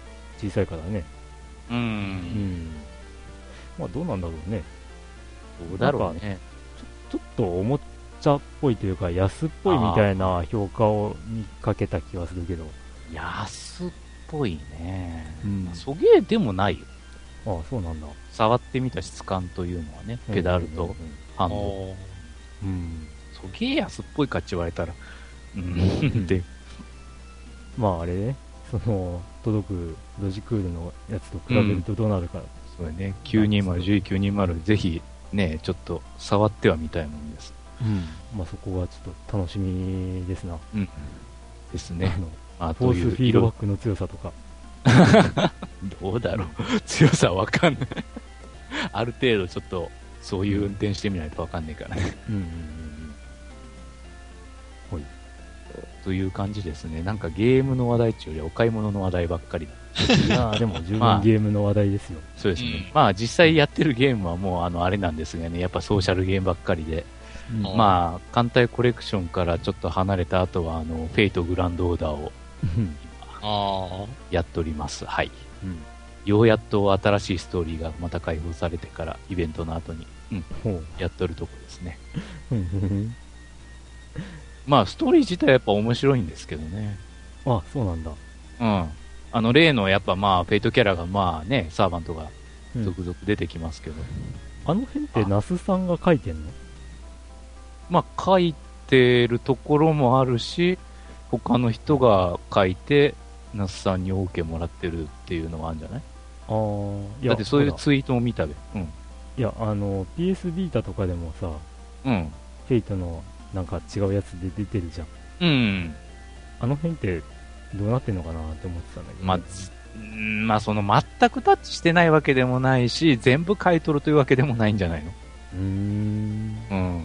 Speaker 1: 小さいからね、
Speaker 3: う。
Speaker 1: うんん、まあどうなんだろうね、
Speaker 3: どうだろうね。
Speaker 1: ちょっとおもちゃっぽいというか、安っぽいみたいな評価をにかけた気はするけど、
Speaker 3: 安っぽいね。
Speaker 1: うん
Speaker 3: まあそげえでもないよ。
Speaker 1: ああ、そうなんだ、
Speaker 3: 触ってみた質感というのはね、ペダルとハンドル。
Speaker 2: おー
Speaker 1: うん、うん
Speaker 3: そげえ安っぽいかって言われ
Speaker 1: (laughs)
Speaker 3: たら、うん、で、
Speaker 1: まああれね、その届くロジクールのやつと比べるとどうなるか、
Speaker 3: そうだね、920、920、ぜひね、ちょっと触ってはみたいもんです。
Speaker 1: まあそこはちょっと楽しみですな、
Speaker 3: ですね
Speaker 1: あ。の
Speaker 3: まあ、
Speaker 1: フォ
Speaker 3: と
Speaker 1: ー
Speaker 3: い
Speaker 1: ス
Speaker 3: う
Speaker 1: フィードバッ
Speaker 3: 色、
Speaker 1: クの強さとか、
Speaker 3: どうだろう。 (laughs) 強さわかんない。 (laughs) ある程度ちょっと、そういう運転してみないとわかんないからね。
Speaker 1: うんうん
Speaker 3: という感じですね。なんかゲームの話題っていうよりお買い物の話題ばっかりだ
Speaker 1: うん、いやーでも十
Speaker 3: ま
Speaker 1: 分
Speaker 3: あ
Speaker 1: ゲームの話題ですよ、
Speaker 3: そうですね。
Speaker 2: うん
Speaker 3: まあ実際やってるゲームはもうあのあれなんですがね、やっぱソーシャルゲームばっかりで、
Speaker 1: うん
Speaker 2: あ
Speaker 3: まあ艦隊コレクションからちょっと離れた後はあの、フェイトグランドオーダーを
Speaker 1: うん
Speaker 2: あ
Speaker 3: やっております。はい。
Speaker 1: うん
Speaker 3: ようやっと新しいストーリーがまた解放されてから、イベントの後に、うん、
Speaker 1: ほう
Speaker 3: やっとるとこですね。
Speaker 1: うんうん
Speaker 3: まあストーリー自体はやっぱ面白いんですけどね。
Speaker 1: うんあそうなんだ、
Speaker 3: うん。あの例のやっぱまあ、フェイトキャラがまあね、サーバントが
Speaker 1: うん
Speaker 3: 続々出てきますけど、
Speaker 1: あの辺って那須さんが書いてんの
Speaker 3: まあ、書いてるところもあるし、他の人が書いて、那須さんに OK もらってるっていうのはあるんじゃない
Speaker 1: ああい
Speaker 3: だってそういう
Speaker 1: ほら
Speaker 3: ツイートを見たべ。うん。
Speaker 1: いやあの PS ビータとかでもさ
Speaker 3: うん。
Speaker 1: フェイトのなんか違うやつで出てるじゃん
Speaker 3: うん。
Speaker 1: あの辺ってどうなってんのかなって思ってたんだけど、
Speaker 3: まあ、ずうんまあ、その全くタッチしてないわけでもないし、全部買い取るというわけでもないんじゃないの
Speaker 1: うーん
Speaker 3: うん。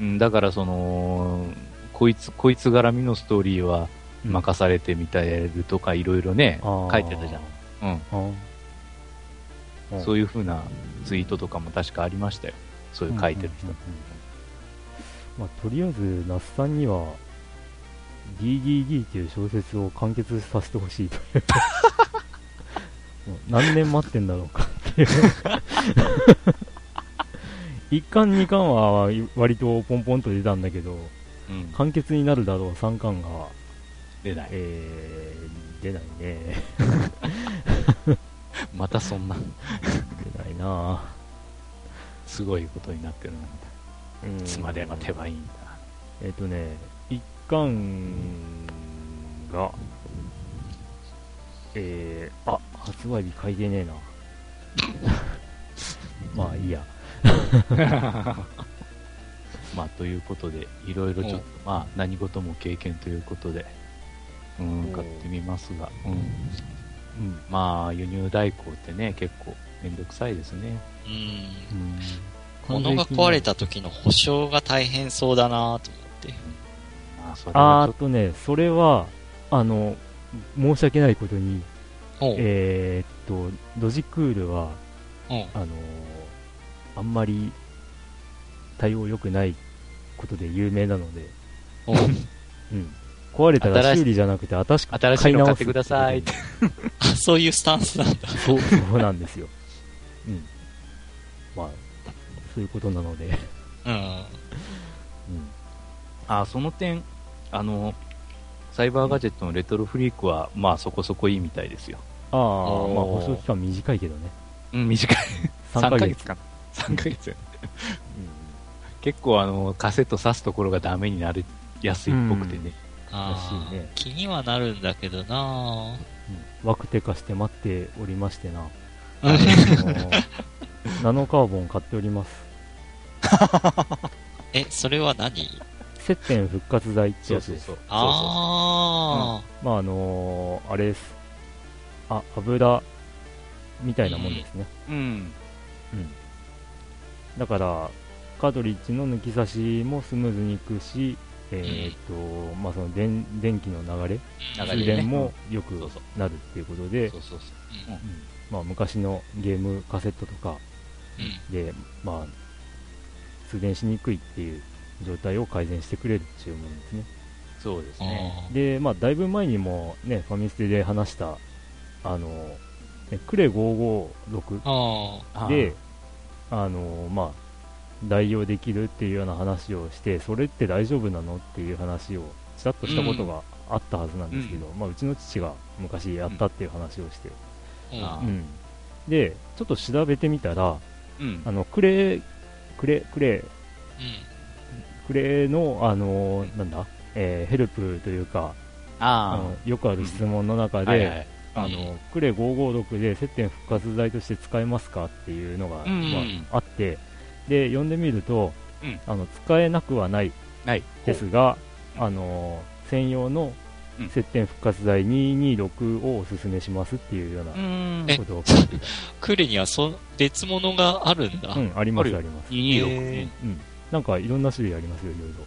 Speaker 3: うん、だからその、こいつ、こいつ絡みのストーリーは任されてみたいるとかいろいろね、
Speaker 1: あー
Speaker 3: 書いてたじゃん。うん。
Speaker 1: あーうん
Speaker 3: そういう風なツイートとかも確かありましたよ。そういう書いてる人。
Speaker 1: うんうんうんうんまあ、とりあえず那須さんには DDD っていう小説を完結させてほし
Speaker 3: (laughs)
Speaker 1: いというもう何年待ってんだろうかっていう一巻二巻は割とポンポンと出たんだけど
Speaker 3: うん
Speaker 1: 完結になるだろう三巻が、
Speaker 3: 出ない。
Speaker 1: えー、出ないね
Speaker 3: またそんな、
Speaker 1: 出ないな
Speaker 3: すごいことになってるな。
Speaker 1: うん
Speaker 3: いつまで待てばいいんだ。
Speaker 1: えっ、とね、一巻が、えー、あ、発売日書いてねえな。 (laughs) まあいいや。
Speaker 3: まあ、ということで、いろいろちょっと、まあ、何事も経験ということで、うん、
Speaker 2: おう
Speaker 3: 買ってみますが、うん。
Speaker 1: うん。
Speaker 3: まあ、輸入代行ってね、結構めんどくさいですね。
Speaker 2: ーうん。
Speaker 1: うん
Speaker 2: 物が壊れた時の保証が大変そうだなと思って。
Speaker 3: まあ、それ
Speaker 1: あ
Speaker 3: は
Speaker 1: ー
Speaker 3: ちょ
Speaker 1: っ
Speaker 3: っ
Speaker 1: とね、それは、あの、申し訳ないことに、
Speaker 2: おう
Speaker 1: えーっと、ロジクールは、
Speaker 2: おう
Speaker 1: あのーあんまり対応良くないことで有名なので、
Speaker 3: (laughs)
Speaker 2: おう
Speaker 1: うん。壊れたら
Speaker 3: 新しい
Speaker 1: 修理じゃなくて、新しく
Speaker 3: と、新しいの買ってください。
Speaker 2: あそういうスタンスなんだ。
Speaker 1: そう、そうなんですよ。うん。まあ、そういうことなので。うん。
Speaker 2: うん。
Speaker 3: あ、その点、あの、サイバーガジェットのレトロフリークは、まあ、そこそこいいみたいですよ。
Speaker 1: ああ、まあ
Speaker 2: ー
Speaker 1: 保証期間短いけどね。
Speaker 3: うん、短い。
Speaker 1: 3ヶ月。
Speaker 3: かな。3ヶ月よね。結構、あの、カセット挿すところがダメになりやすいっぽくてね。
Speaker 2: あ
Speaker 1: らし
Speaker 2: あ、
Speaker 1: いね
Speaker 2: 気にはなるんだけどな
Speaker 1: うん。ワクテカして待っておりましてな。
Speaker 2: うん
Speaker 1: あの (laughs) ナノカーボン買っております。
Speaker 2: え、それは何
Speaker 1: 接点復活剤ってやつです。
Speaker 3: う。
Speaker 2: あ
Speaker 1: まあ、あのーあれです。あ、油みたいなもんですね。
Speaker 3: うん。
Speaker 1: だからカートリッジの抜き差しもスムーズにいくし、えーっとまあ、その電電気の流れ
Speaker 2: あ、
Speaker 3: 流
Speaker 1: 通
Speaker 3: れね
Speaker 1: 電も良く
Speaker 3: そうそう
Speaker 1: なるっていうことで
Speaker 3: そうそうそう。
Speaker 1: まあ、昔のゲームカセットとか
Speaker 2: うん
Speaker 1: で、まあ、通電しにくいっていう状態を改善してくれるっていうものですね。
Speaker 3: そうです
Speaker 2: あ
Speaker 3: ね。
Speaker 2: ー
Speaker 1: で、まあ、だいぶ前にもね、ファミステで話した、あの、ねクレ556
Speaker 2: あー
Speaker 3: あー
Speaker 1: で、、あの、まあ、代用できるっていうような話をして、それって大丈夫なのっていう話を、ちらっとしたことがあったはずなんですけど、まあ、うちの父が昔やったっていう話をして、
Speaker 2: うん
Speaker 3: あ
Speaker 1: う
Speaker 3: ー
Speaker 1: ん。で、ちょっと調べてみたら、
Speaker 3: うん
Speaker 1: あ。の、クレ、クレ、クレ、クレの、あの、なんだ、えーヘルプというか、あ
Speaker 3: あ
Speaker 1: のよくある質問の中
Speaker 3: あ。
Speaker 1: で、
Speaker 3: はいはい。
Speaker 1: あのクレ556で接点復活剤として使えますかっていうのが、
Speaker 3: うん
Speaker 1: まあ、あってで読んでみると、
Speaker 3: うん
Speaker 1: あの使えなくはない
Speaker 3: ない。
Speaker 1: ですが
Speaker 3: ほう
Speaker 1: あの専用の
Speaker 3: うん
Speaker 1: 接点復活剤226をおすすめしますっていうような
Speaker 3: うーん。
Speaker 2: え
Speaker 1: ことを書いて
Speaker 2: クレにはそ別物があるんだ。
Speaker 1: た、うん、ありま
Speaker 3: ある
Speaker 1: す
Speaker 3: よ
Speaker 1: あります、
Speaker 3: 226
Speaker 2: へ
Speaker 3: ね。
Speaker 1: うん、なんかいろんな種類ありますよいろいろ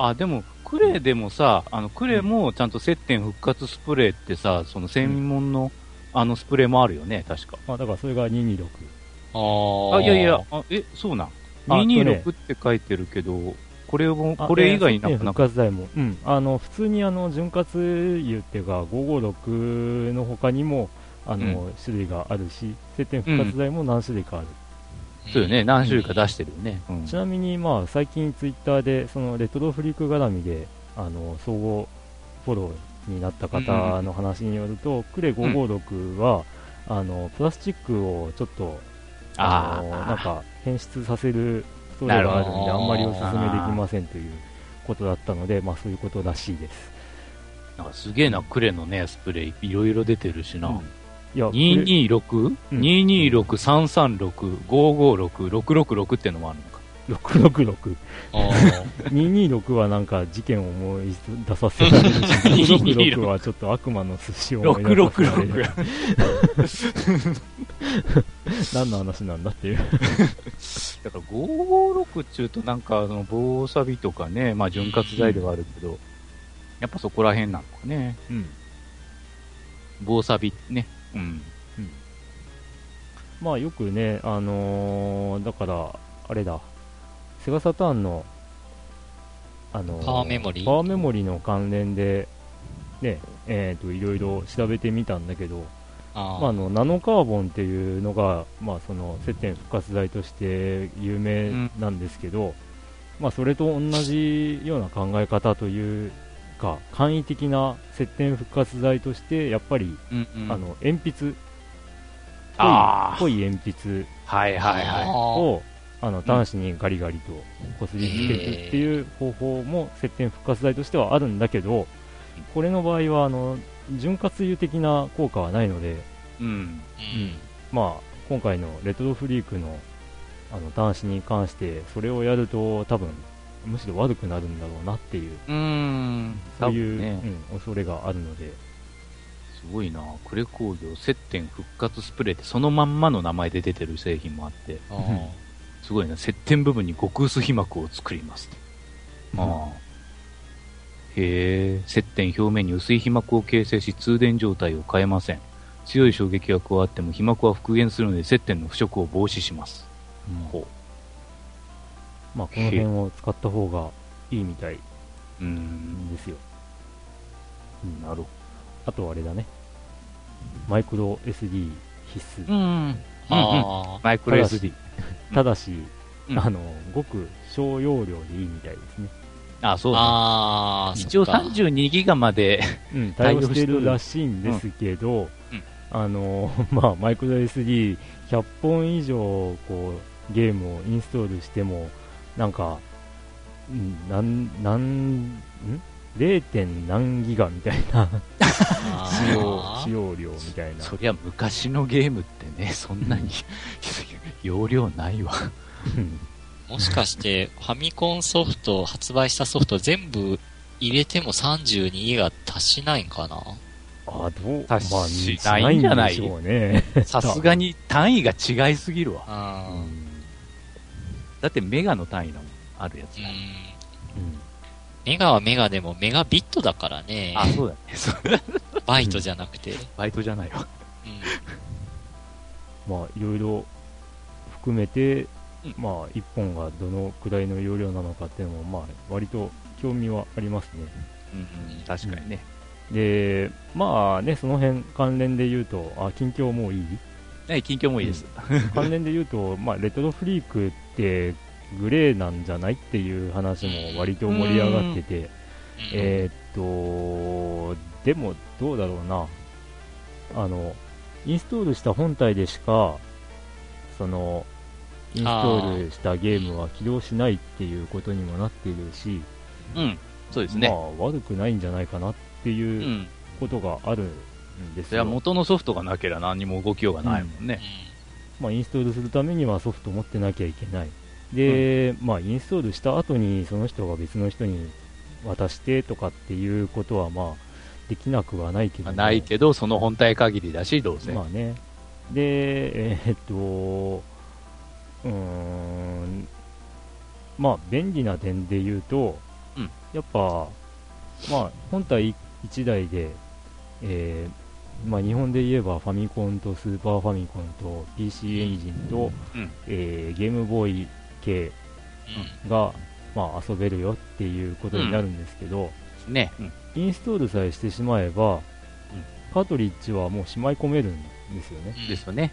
Speaker 3: あ、でも、クレでもさ、あの、クレもちゃんと接点復活スプレーってさ、その専門の、あのスプレーもあるよね、確か。
Speaker 1: まあ、だからそれが226
Speaker 2: あ
Speaker 3: あ、
Speaker 2: あ。
Speaker 3: いやいや、あえ、そうなん。
Speaker 1: あ
Speaker 3: 226って書いてるけど、これも、これ以外にな
Speaker 1: あえー
Speaker 3: くな
Speaker 1: 復
Speaker 3: かっ
Speaker 1: 活剤も、うん、あの普通にあの潤滑油っていうか556の他にもあの、種類があるし接点復活剤も何種類かある、
Speaker 2: うん、
Speaker 3: たよね。何種類か出してるよね。うん
Speaker 1: ちなみにまあ最近ツイッターでそのレトロフリーク絡みであの総合フォローになった方の話によると、クレ556は、あのプラスチックをちょっとあのなんか変質させる恐れがあるんで
Speaker 2: なる
Speaker 1: あ
Speaker 2: ほど
Speaker 1: んまりおすすめできませんということだったのでまあそういうことらしいです
Speaker 3: なんかすげえな、クレのね、スプレーいろいろ出てるしな。
Speaker 1: うんいや、
Speaker 3: 226?226、
Speaker 1: うん
Speaker 3: 336、556、666ってのもあるのか。
Speaker 1: 666。
Speaker 2: あー。
Speaker 1: 226はなんか事件を思い出させられるし、666はちょっと悪魔の寿司を思い出させられる。
Speaker 3: 666。
Speaker 1: 何の話なんだっていう。
Speaker 3: (laughs) だから556っていうとなんかあの棒サビとかね、まあ潤滑剤ではあるけど、やっぱそこら辺なのかね。棒サビね。うん。
Speaker 1: まあよくね、あのーだから、あれだ、セガサターンの、あの
Speaker 2: パワーメモリー
Speaker 1: パワーメモリの関連で、ね、えっ、と、いろいろ調べてみたんだけど、
Speaker 2: あー
Speaker 3: (laughs)
Speaker 1: まあ、あのナノカーボンっていうのが、まあ、その接点復活剤として有名なんですけど、まあ、それと同じような考え方というか簡易的な接点復活剤としてやっぱり、
Speaker 3: うん、うん。
Speaker 1: あ、の鉛筆
Speaker 3: あー
Speaker 1: 濃い濃い鉛筆
Speaker 3: はいはいは
Speaker 2: あ
Speaker 1: をあの端子にガリガリとこすりつけるっていう方法も接点復活剤としてはあるんだけどこれの場合はあの潤滑油的な効果はないので
Speaker 3: い。うん。
Speaker 2: ーうん
Speaker 1: まあ、今回のレトロフリークのあの端子に関して、それをやると多分、むしろ悪くなるんだろうなっていう、
Speaker 3: うーん。
Speaker 1: そう
Speaker 3: 多
Speaker 1: いう、
Speaker 3: 分ね。
Speaker 1: うん、恐れがあるので、
Speaker 3: すごいな。クレ工業接点復活スプレーってそのまんまの名前で出てる製品もあって、
Speaker 2: あー
Speaker 3: すごいな。接点部分に極薄皮膜を作りますって。ああ。へえ。接点表面に薄い皮膜を形成し、通電状態を変えません。強い衝撃が加わっても皮膜は復元するので接点の腐食を防止します。ほ。
Speaker 1: まあ、この辺を使った方がいいみたいう
Speaker 3: うーん。
Speaker 1: ですよ。
Speaker 3: なるほ
Speaker 1: あとあれだね、マイクロ SD 必須。
Speaker 3: ど。うん。あ。
Speaker 2: あ
Speaker 3: マイクロ SD。
Speaker 1: ただし、
Speaker 3: うん
Speaker 1: あの、ごく小容量でいいみたいですね。
Speaker 3: あ、そう
Speaker 2: ー
Speaker 3: だ。
Speaker 2: あー。
Speaker 3: 一応
Speaker 2: そっか
Speaker 3: 32ギガまで。
Speaker 1: うん、
Speaker 3: 対
Speaker 1: 対
Speaker 3: 応
Speaker 1: 応
Speaker 3: し
Speaker 1: してて
Speaker 3: る
Speaker 1: るらしいんですけど、
Speaker 3: うん
Speaker 1: あの (laughs) まあ、マイクロ SD100 本以上こうゲームをインストールしてもなんか、うんなんなんん 0. 点何ギガみたい
Speaker 3: (laughs)
Speaker 1: な
Speaker 2: あ
Speaker 1: 使用
Speaker 2: ー
Speaker 1: 使用量みたいな
Speaker 3: そりゃ昔のゲームってね、そんなに (laughs) 容量ないわ。
Speaker 1: (laughs) うん
Speaker 2: もしかして、ファミコンソフト、発売したソフト全部入れても32ギガ足しないんかな
Speaker 1: あどう
Speaker 3: 確か
Speaker 1: まあ
Speaker 3: し
Speaker 1: し
Speaker 3: ないんじゃない
Speaker 1: んでしょうね
Speaker 3: さすがに単位が違いすぎるわ。
Speaker 1: (laughs)
Speaker 2: あー
Speaker 3: だってメガの単位だもん、あるやつ
Speaker 2: う。ん。
Speaker 1: うん
Speaker 2: メガはメガでもメガビットだからね。
Speaker 3: あ、そうだね。 (laughs) そう
Speaker 2: バイトじゃなくて。うん。
Speaker 3: バイトじゃないわ。
Speaker 1: まあいろいろ含めて
Speaker 3: う
Speaker 1: まあ、1本がどのくらいの容量なのかっていうのも、まあ、割と興味はありますね。
Speaker 3: うんうん、確かにね。
Speaker 1: で、まあね、その辺関連で言うと、あ、近況もういい
Speaker 3: ね、近況もいいです。
Speaker 1: 関連で言うと、まあ、レトロフリークってグレーなんじゃないっていう話も割と盛り上がってて、えーっと、でもどうだろうな、あの、インストールした本体でしか、その、インストールしたゲームは起動しないっていうことにもなっているし、
Speaker 3: うん、そうです
Speaker 1: ま
Speaker 3: ね。
Speaker 1: あ悪くないんじゃないかなって
Speaker 3: う。
Speaker 1: いうんことがあるんです
Speaker 3: それは
Speaker 1: よ。
Speaker 3: 元のソフトがなければ何も動きようがないもんね。
Speaker 1: まあ、インストールするためにはソフト持ってなきゃいけない。で、まあインストールした後にその人が別の人に渡してとかっていうことはまあできなくはないけど
Speaker 3: まあ
Speaker 1: も
Speaker 3: ないけど、その本体限りだし、どうせ。
Speaker 1: まあね。で、えーっと、うーん、まあ、便利な点で言うと、
Speaker 3: うん
Speaker 1: やっぱ、まあ、本体1台で、えーまあ、日本で言えばファミコンとスーパーファミコンと PC エンジンと、
Speaker 3: うん
Speaker 1: えーゲームボーイ系が、まあ、遊べるよっていうことになるんですけど、
Speaker 3: ね。うん
Speaker 1: インストールさえしてしまえば、
Speaker 3: うん
Speaker 1: カートリッジはもうしまい込めるんですよね。
Speaker 3: ですよね。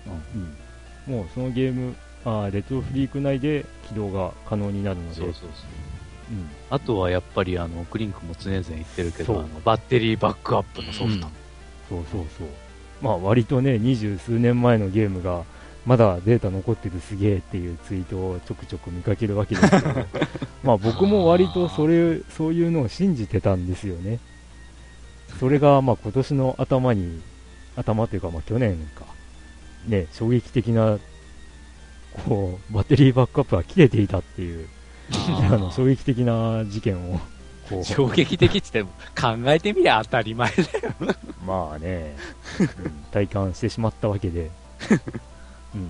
Speaker 1: もうそのゲーム、あーレトロフリーク内で起動が可能になるので、
Speaker 3: そうそうそう。
Speaker 1: うん
Speaker 3: あとはやっぱり、あの、クリンクも常々言ってるけど、
Speaker 1: そう
Speaker 3: あのバッテリーバックアップのソフト。
Speaker 1: そうそうそう、まあ割とね、二十数年前のゲームが、まだデータ残ってるすげえっていうツイートをちょくちょく見かけるわけですけど、
Speaker 3: (laughs)
Speaker 1: まあ僕も割とそれそういうのを信じてたんですよね。それがまあ今年の頭に、頭というかまあ去年か、ね、衝撃的な、こう、バッテリーバックアップが切れていたっていう、 (laughs) あの衝撃的な事件を、こう
Speaker 3: (laughs) 衝撃的って言っても、考えてみりゃ当たり前だよ。
Speaker 1: まあね、うん体感してしまったわけ
Speaker 3: (laughs)
Speaker 1: で、うん、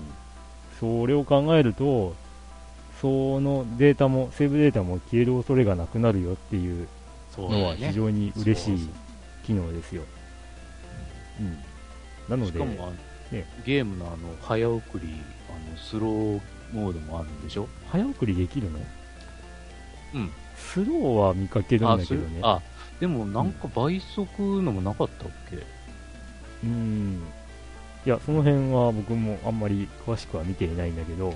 Speaker 1: それを考えると、そのデータも、セーブデータも消える恐れがなくなるよっていう
Speaker 3: そう
Speaker 1: のは非常に嬉し
Speaker 3: そう
Speaker 1: い
Speaker 3: そう
Speaker 1: 機能ですよ。うん、なの
Speaker 3: し
Speaker 1: で
Speaker 3: か、もあの、
Speaker 1: ね
Speaker 3: ゲームのあの早送りあのスローモードもあるんでしょ
Speaker 1: 早送りできるの
Speaker 3: うん
Speaker 1: スローは見かけるんだけどね。
Speaker 3: あでもなんか倍速のもなかったっけ、
Speaker 1: うん。いや、その辺は僕もあんまり詳しくは見ていないんだけど、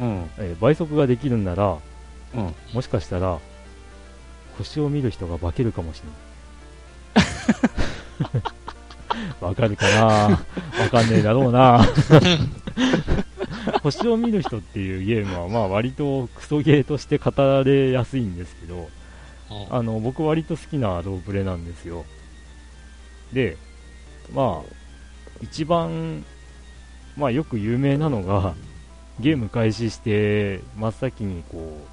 Speaker 3: うん、
Speaker 1: えー倍速ができるんなら、
Speaker 3: うん
Speaker 1: もしかしたら、星を見る人が化けるかもしれない。わかるかなわかんねえだろうな星を見る人っていうゲームは、まあ割とクソゲーとして語られやすいんですけど、あの、僕割と好きなロープレなんですよ。で、まあ、一番、まあよく有名なのが、ゲーム開始して、真っ先にこう、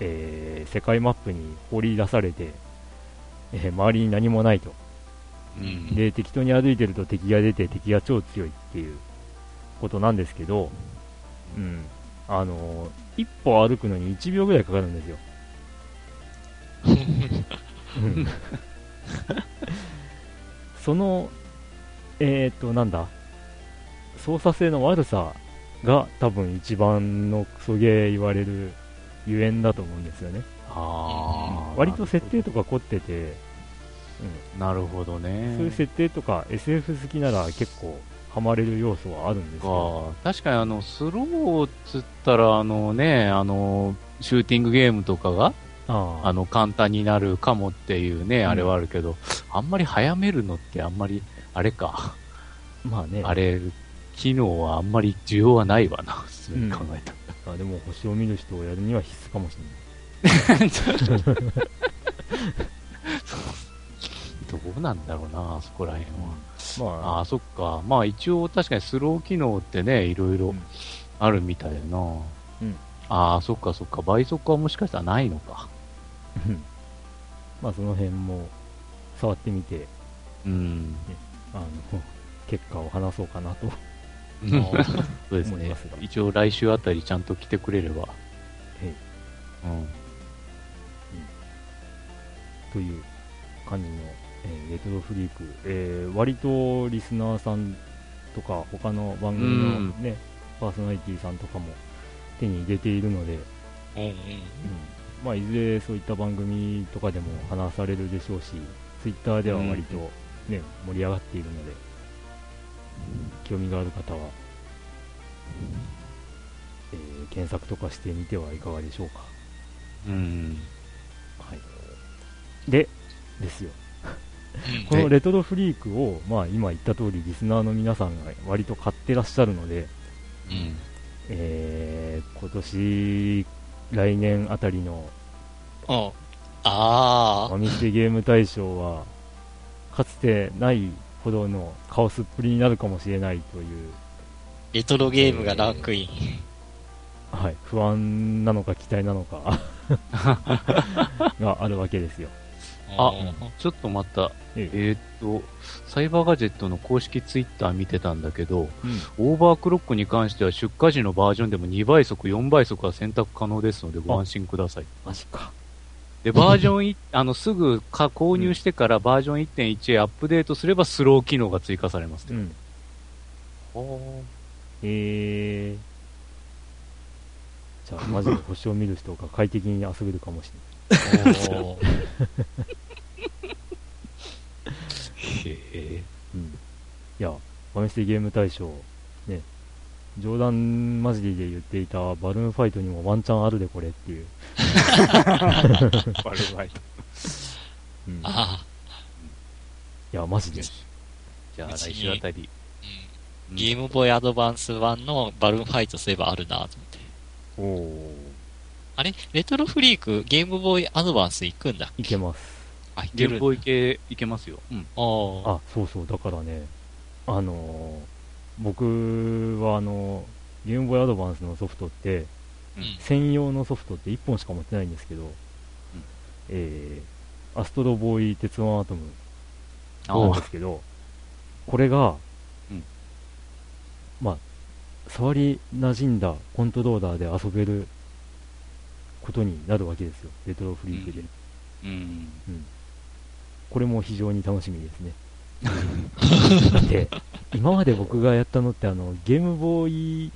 Speaker 1: えー世界マップに放り出されて、えー周りに何もないと。
Speaker 3: うん
Speaker 1: で、適当に歩いてると敵が出て敵が超強いっていうことなんですけど、うん。あのー一歩歩くのに1秒ぐらいかかるんですよ。うんその、えー、っと、なんだ、操作性の悪さが多分一番のクソゲー言われるゆえんだと思うんですよね。
Speaker 3: あー
Speaker 1: 割と設定とか凝ってて、
Speaker 3: なるほどね
Speaker 1: そういう設定とか SF 好きなら結構ハマれる要素はあるんですよ。
Speaker 3: か確かにあのスローっつったらあのねあのシューティングゲームとかが
Speaker 1: あ
Speaker 3: あの簡単になるかもっていうね、あれはあるけどあんまり早めるのってあんまりあれか
Speaker 1: まあね、
Speaker 3: あれ機能はあんまり需要はないわな (laughs) 普通に考えたら
Speaker 1: あでも星を見る人をやるには必須かもしれない。
Speaker 3: (laughs) どうなんだろうな、そこら辺は。
Speaker 1: ま
Speaker 3: ああ、そっか。まあ一応確かにスロー機能ってね、いろいうろ
Speaker 1: ん
Speaker 3: あるみたいな。
Speaker 1: うん
Speaker 3: ああ、そっかそっか。倍速はもしかしたらないのか。
Speaker 1: あ、まあその辺も触ってみて、
Speaker 3: うん。
Speaker 1: あの、 (laughs) 結果を話そうかなと。 (laughs)
Speaker 3: そうです
Speaker 1: 思い
Speaker 3: ね
Speaker 1: ますが。
Speaker 3: 一応来週あたりちゃんと来てくれれば。
Speaker 1: え
Speaker 3: うん。
Speaker 1: という感じの、えーレトロフリーク、えー割とリスナーさんとか他の番組の、ねパーソナリティさんとかも手に入れているので、
Speaker 2: うんうん。
Speaker 1: うんまあ、いずれそういった番組とかでも話されるでしょうし、ツイッターでは割と、ね盛り上がっているので、興味がある方は、えー検索とかしてみてはいかがでしょうか。
Speaker 3: うん。
Speaker 1: はい、で、ですよ、
Speaker 2: うん
Speaker 1: このレトロフリークを、まあ、今言った通り、リスナーの皆さんが割と買ってらっしゃるので、
Speaker 2: うん
Speaker 1: えー今年、来年あたりの
Speaker 2: ああ
Speaker 1: ファミステゲーム大賞は、かつてないほどのカオスっぷりになるかもしれないという、
Speaker 2: ー、レトロゲームがランクイン。
Speaker 1: はい、不安なのか期待なのか (laughs) があるわけですよ。
Speaker 2: う
Speaker 3: あ
Speaker 2: ん
Speaker 3: ちょっとまた、
Speaker 1: ええ
Speaker 3: えーっと、サイバーガジェットの公式ツイッター見てたんだけど、
Speaker 1: うん
Speaker 3: オーバークロックに関しては出荷時のバージョンでも2倍速、4倍速は選択可能ですのでご安心ください。
Speaker 1: マジか。
Speaker 3: で、バージョンい、あの、すぐか購入してからバージョン1.1へアップデートすればスロー機能が追加されます
Speaker 1: う
Speaker 3: と、
Speaker 1: ん。
Speaker 3: ほ
Speaker 1: えー、じゃあ、マジで星を見る人が快適に遊べるかもし
Speaker 2: おー
Speaker 3: ーへえ。
Speaker 1: れない。うん、いや、ファミステゲーム大賞、ね、冗談交じりで言っていたバルーンファイトにもワンチャンあるでこれっていう。
Speaker 3: バルバイト。
Speaker 1: うん、い
Speaker 2: あ
Speaker 1: や、マジで。
Speaker 3: じゃあ来週あたり。
Speaker 2: ー、うん、ゲームボーイアドバンス版のバルーンファイトすればあるなと思って。
Speaker 1: おお。
Speaker 2: あれレトロフリーク、ゲームボーイアドバンス行くんだ。
Speaker 1: いけます。
Speaker 2: あ、行け
Speaker 3: ゲー
Speaker 2: る
Speaker 3: ム
Speaker 2: んだ。
Speaker 3: ボーイ系いけますよ。うん。
Speaker 2: おー
Speaker 1: あ、そうそう、だからね、あのー僕はあのーゲームボーイアドバンスのソフトって、
Speaker 2: うん
Speaker 1: 専用のソフトって1本しか持ってないんですけど、えーアストロボーイ鉄腕アトムなんですけど、これが、
Speaker 3: うん
Speaker 1: まあ、触り馴染んだコントローラーで遊べることになるわけですよ、レトロフリークで。
Speaker 3: うんうん。
Speaker 1: これも非常に楽しみですね。だって、今まで僕がやったのってあの、ゲームボーイ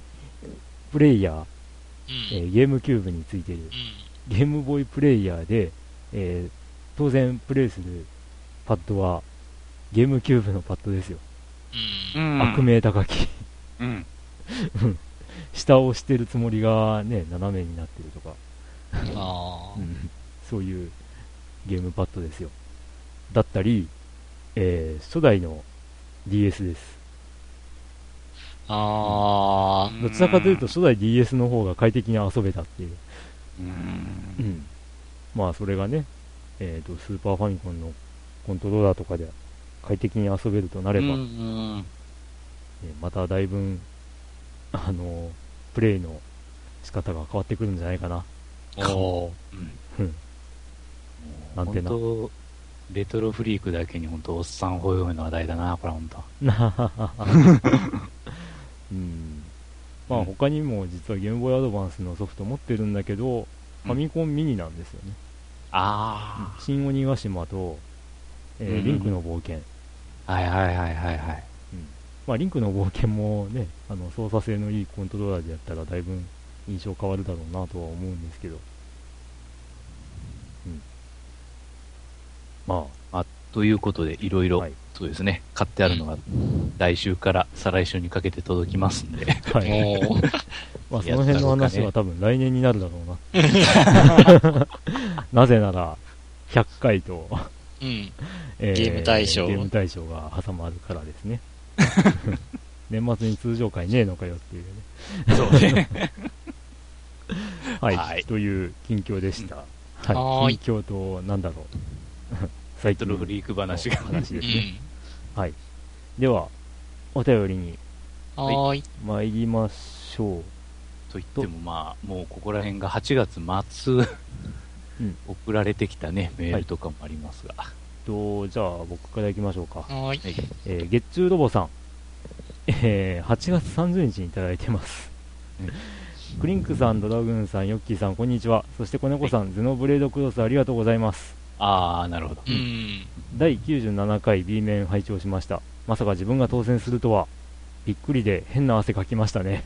Speaker 1: プレイヤー、
Speaker 2: うん
Speaker 1: え
Speaker 2: うん
Speaker 1: ーゲームキューブについてる、ゲームボーイプレイヤーで、えー当然プレイするパッドは、ゲームキューブのパッドですよ。
Speaker 2: うん
Speaker 3: ん
Speaker 1: 悪。名高き。
Speaker 3: うん。
Speaker 1: 下を押してるつもりがね、斜めになってるとか、
Speaker 2: あー
Speaker 1: そういうゲームパッドですよ。だったり、えー初代の DS です。
Speaker 2: あー
Speaker 1: どちらかというと、初代 DS の方が快適に遊べたっていう、
Speaker 3: うん。
Speaker 1: まあそれがね、えーと、スーパーファミコンのコントローラーとかで快適に遊べるとなれば、
Speaker 3: うん
Speaker 1: え
Speaker 3: うん
Speaker 1: ーまただいぶん、あのープレイの仕方が変わってくるんじゃないかな。
Speaker 2: おー
Speaker 1: うんなんてな
Speaker 3: 本当レトロフリークだけに本当おっさんほいほいの話題だな、これ本当。 (laughs)
Speaker 1: うんまあ他にも実はゲームボーイアドバンスのソフト持ってるんだけど、ファミコンミニなんですよね。
Speaker 3: あ
Speaker 1: 新鬼ヶ島と、えー
Speaker 3: うん
Speaker 1: リンクの冒険。
Speaker 3: あ、はいはいはいはいはい。
Speaker 1: まあ、リンクの冒険もね、あの操作性のいいコントローラーでやったら、だいぶ印象変わるだろうなとは思うんですけど、うん、ま
Speaker 3: ということで、いろい
Speaker 1: あ、
Speaker 3: ろ
Speaker 1: はい、
Speaker 3: そうですね、買ってあるのが来週から再来週にかけて届きますんで、
Speaker 1: はい
Speaker 2: おー
Speaker 1: (laughs) まあ、そ
Speaker 3: や
Speaker 1: の
Speaker 3: ったろ
Speaker 1: 辺
Speaker 3: うかね
Speaker 1: の話は多分来年になるだろう
Speaker 3: (laughs)
Speaker 1: な。 (laughs) なぜなら、100回と、
Speaker 2: うん。
Speaker 1: え
Speaker 2: ゲーム大賞
Speaker 1: ゲーム大賞が挟まるからですね。年末に通常回ねえのかよっていうね。
Speaker 3: そうね。
Speaker 1: はい、
Speaker 3: はい
Speaker 1: という近況でした。
Speaker 2: は
Speaker 1: は
Speaker 2: ー
Speaker 1: い、
Speaker 2: い
Speaker 1: 近況と、なんだろう。 (laughs) 最
Speaker 3: レトロフリーク話が。
Speaker 1: 話
Speaker 2: う
Speaker 1: ですね。
Speaker 2: ん。
Speaker 1: では、お便りに
Speaker 2: はーい。
Speaker 1: 参りましょう。
Speaker 3: といってもまあ、もうここら辺が8月末、
Speaker 1: うん
Speaker 3: 送られてきたね、メールとかもありますが。
Speaker 1: と、じゃあ、僕から行きましょうか。
Speaker 2: はーい。
Speaker 3: はい
Speaker 1: えー月中ロボさん。えー8月30日にいただいてます。クリンクさん、ドラグーンさん、ヨッキーさん、こんにちは。そして、子猫さん、ゼノブレードクロスありがとうございます。
Speaker 3: ああ、なるほど。
Speaker 2: うん。
Speaker 1: 第97回 B 面拝聴しましたまさか自分が当選するとはびっくりで変な汗かきましたね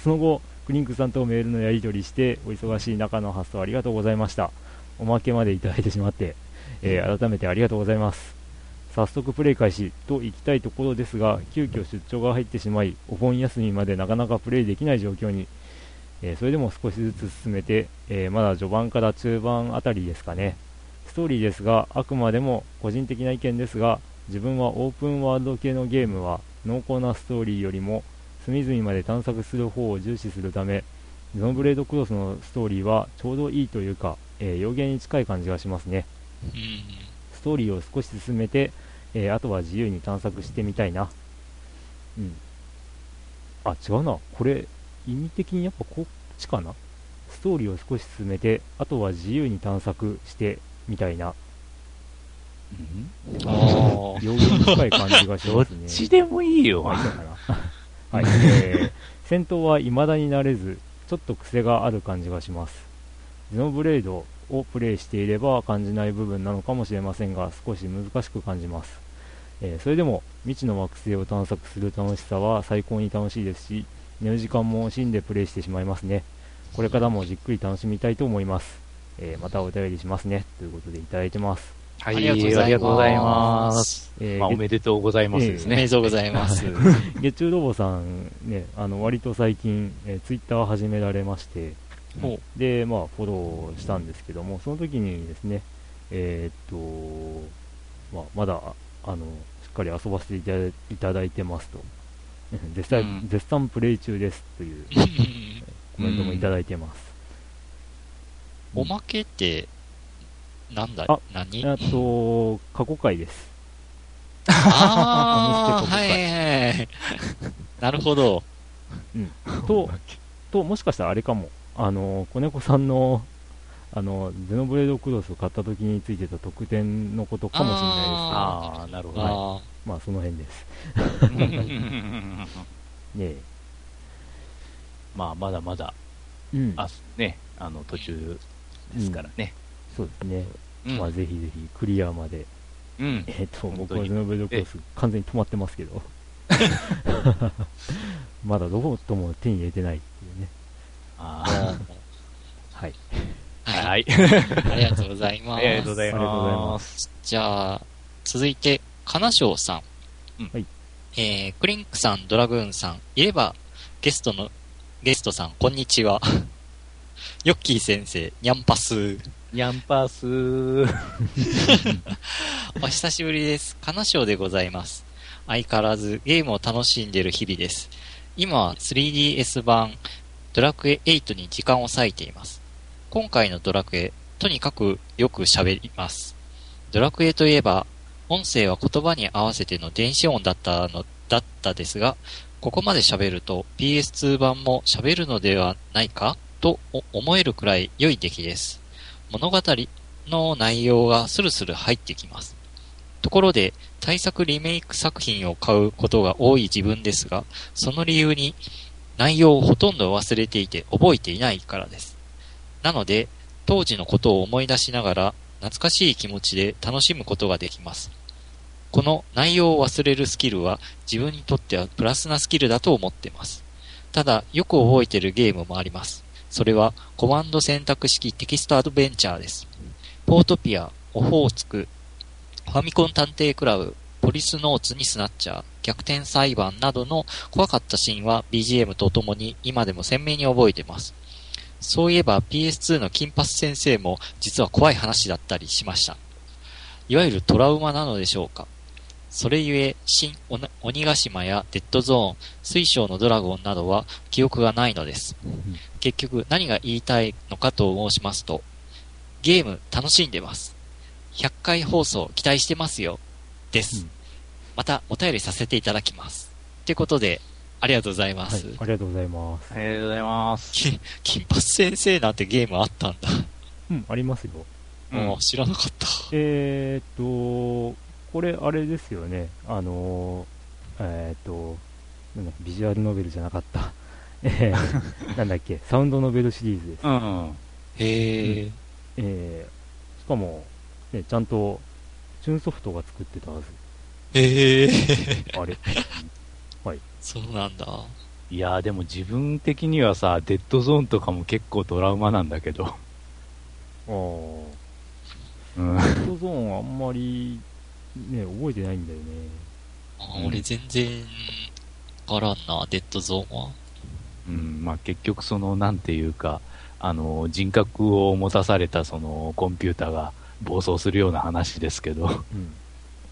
Speaker 1: (laughs) その後クリンクさんとメールのやり取りして、お忙しい中の発送ありがとうございました。おまけまでいただいてしまって、えー改めてありがとうございます。早速プレイ開始と行きたいところですが、急遽出張が入ってしまい、お盆休みまでなかなかプレイできない状況に、えーそれでも少しずつ進めて、えーまだ序盤から中盤あたりですかね。ストーリーですが、あくまでも個人的な意見ですが、自分はオープンワールド系のゲームは濃厚なストーリーよりも隅々まで探索する方を重視するためゾンブレードクロスのストーリーはちょうどいいというか、えー、予言に近い感じがしますね
Speaker 2: うん。
Speaker 1: ストーリーを少し進めて、えーあとは自由に探索してみたいなうんあ違うなこれ意味的にやっぱこっちかなストーリーを少し進めてあとは自由に探索してみたいな
Speaker 2: ああ。
Speaker 1: 予言に近い感じがし
Speaker 3: ど
Speaker 1: ま
Speaker 3: っ
Speaker 1: すね
Speaker 3: ちでもいいよ
Speaker 1: まあ。いいのかな。はい、
Speaker 3: (laughs)
Speaker 1: えー、戦闘は未だに慣れず、ちょっと癖がある感じがします。ゼノブレードをプレイしていれば感じない部分なのかもしれませんが、少し難しく感じます。えーそれでも、未知の惑星を探索する楽しさは最高に楽しいですし、寝る時間も惜しんでプレイしてしまいますね。これからもじっくり楽しみたいと思います。えーまたお便りしますね。ということでいただいてます。
Speaker 3: は
Speaker 2: ありがとうございます。
Speaker 3: ありがとうございます。
Speaker 1: えー
Speaker 3: まあ、おめでとうございますです
Speaker 2: おめ
Speaker 3: ね。
Speaker 2: でとうございます。 (laughs)
Speaker 1: 月中ロボさんね、あの割と最近、えツイッター Twitter を始められまして、
Speaker 2: ほ
Speaker 1: で、まあ、フォローしたんですけども、その時にですね、えーっと、まあ、まだ、あの、しっかり遊ばせていただいてますと、 (laughs) 絶賛、
Speaker 3: うん
Speaker 1: 絶賛プレイ中ですというコメントもいただいてます。
Speaker 2: おまけって、なんだ
Speaker 1: あ
Speaker 2: 何
Speaker 1: あと、過去回です。
Speaker 2: ああ、
Speaker 1: 見せ
Speaker 2: はい
Speaker 1: て
Speaker 2: はいはい。なるほど。
Speaker 1: と、と、もしかしたらあれかも、あの、子猫さんの、あの、ゼノブレードクロスを買った時についてた特典のことかもしれないですけど
Speaker 3: ああ、なるほど。
Speaker 2: あ
Speaker 1: まあ、その辺です。ねえ。
Speaker 3: (laughs) まあ、まだまだ、
Speaker 1: うん
Speaker 3: あ、ね、あの、途中ですからね。
Speaker 1: そうですね。
Speaker 3: うん
Speaker 1: まあ、ぜひぜひ、クリアまで。
Speaker 3: うん
Speaker 1: えっと、
Speaker 3: 本
Speaker 1: 僕
Speaker 3: 当に
Speaker 1: はゼノブレードクロス、完全に止まってますけど。まだどことも手に入れてないっていうね。
Speaker 3: あ
Speaker 1: (laughs) はい。
Speaker 3: ー
Speaker 2: あ。
Speaker 3: はい。
Speaker 2: ありがとうございま
Speaker 3: あ
Speaker 2: す。
Speaker 3: りがとうござい
Speaker 1: ありがとうございま
Speaker 3: ます。
Speaker 2: じゃあ、続いて、金賞さん。
Speaker 3: うん
Speaker 1: はい
Speaker 2: えー、クリンクさん、ドラグーンさん、いれば、ゲストの、ゲストさん、こんにちは。 (laughs) ヨッキー先生、ニャンパス。
Speaker 3: ニャンパースー。
Speaker 2: (laughs) お久しぶりです。金賞でございます。相変わらずゲームを楽しんでいる日々です。今は 3DS 版ドラクエ8に時間を割いています。今回のドラクエ、とにかくよく喋ります。ドラクエといえば、音声は言葉に合わせての電子音だったの、だったですが、ここまで喋ると PS2 版も喋るのではないかと思えるくらい良い出来です。物語の内容がスルスル入ってきます。ところで、対策リメイク作品を買うことが多い自分ですが、その理由に内容をほとんど忘れていて覚えていないからです。なので、当時のことを思い出しながら、懐かしい気持ちで楽しむことができます。この内容を忘れるスキルは自分にとってはプラスなスキルだと思ってます。ただ、よく覚えてるゲームもあります。それはコマンド選択式テキストアドベンチャーです。ポートピア、オホーツク、ファミコン探偵クラブ、ポリスノーツにスナッチャー、逆転裁判などの怖かったシーンは BGM とともに今でも鮮明に覚えてます。そういえば PS2 の金髪先生も実は怖い話だったりしました。いわゆるトラウマなのでしょうか。それゆえ、新おな鬼ヶ島やデッドゾーン、水晶のドラゴンなどは記憶がないのです。結局何が言いたいのかと申しますと、ゲーム楽しんでます。100回放送期待してますよ。で
Speaker 1: う
Speaker 2: す。
Speaker 1: ん
Speaker 2: またお便りさせていただきます。ということで、ありがとうございま
Speaker 1: はい
Speaker 2: す。。
Speaker 1: ありがとうございます。
Speaker 3: ありがとうございます。
Speaker 2: き金髪先生なんてゲームあったんだ。
Speaker 1: うん、ありますよ。
Speaker 3: うん
Speaker 2: もう知らなかった。
Speaker 1: えーっと、これ、あれですよね、あのー、えーっと、なんだビジュアルノベルじゃなかった、 (laughs) え
Speaker 3: (laughs)
Speaker 1: ーなんだっけ、サウンドノベルシリーズです。
Speaker 3: うん。
Speaker 2: へえ。
Speaker 1: えーしかも、ね、ちゃんと、チュンソフトが作ってたはず。
Speaker 2: (laughs) へえ。
Speaker 1: あれ
Speaker 2: そうなんだ。
Speaker 3: いやーでも自分的にはさ、デッドゾーンとかも結構トラウマなんだけど。
Speaker 1: あー
Speaker 3: うん。
Speaker 1: デッドゾーンあんまり、ね、覚えてないんだよね。
Speaker 2: あ俺全然、わからんな、デッドゾーンは。
Speaker 3: うん、まあ結局その、なんていうか、あの、人格を持たされたそのコンピューターが暴走するような話ですけ (laughs) ど。
Speaker 1: うん。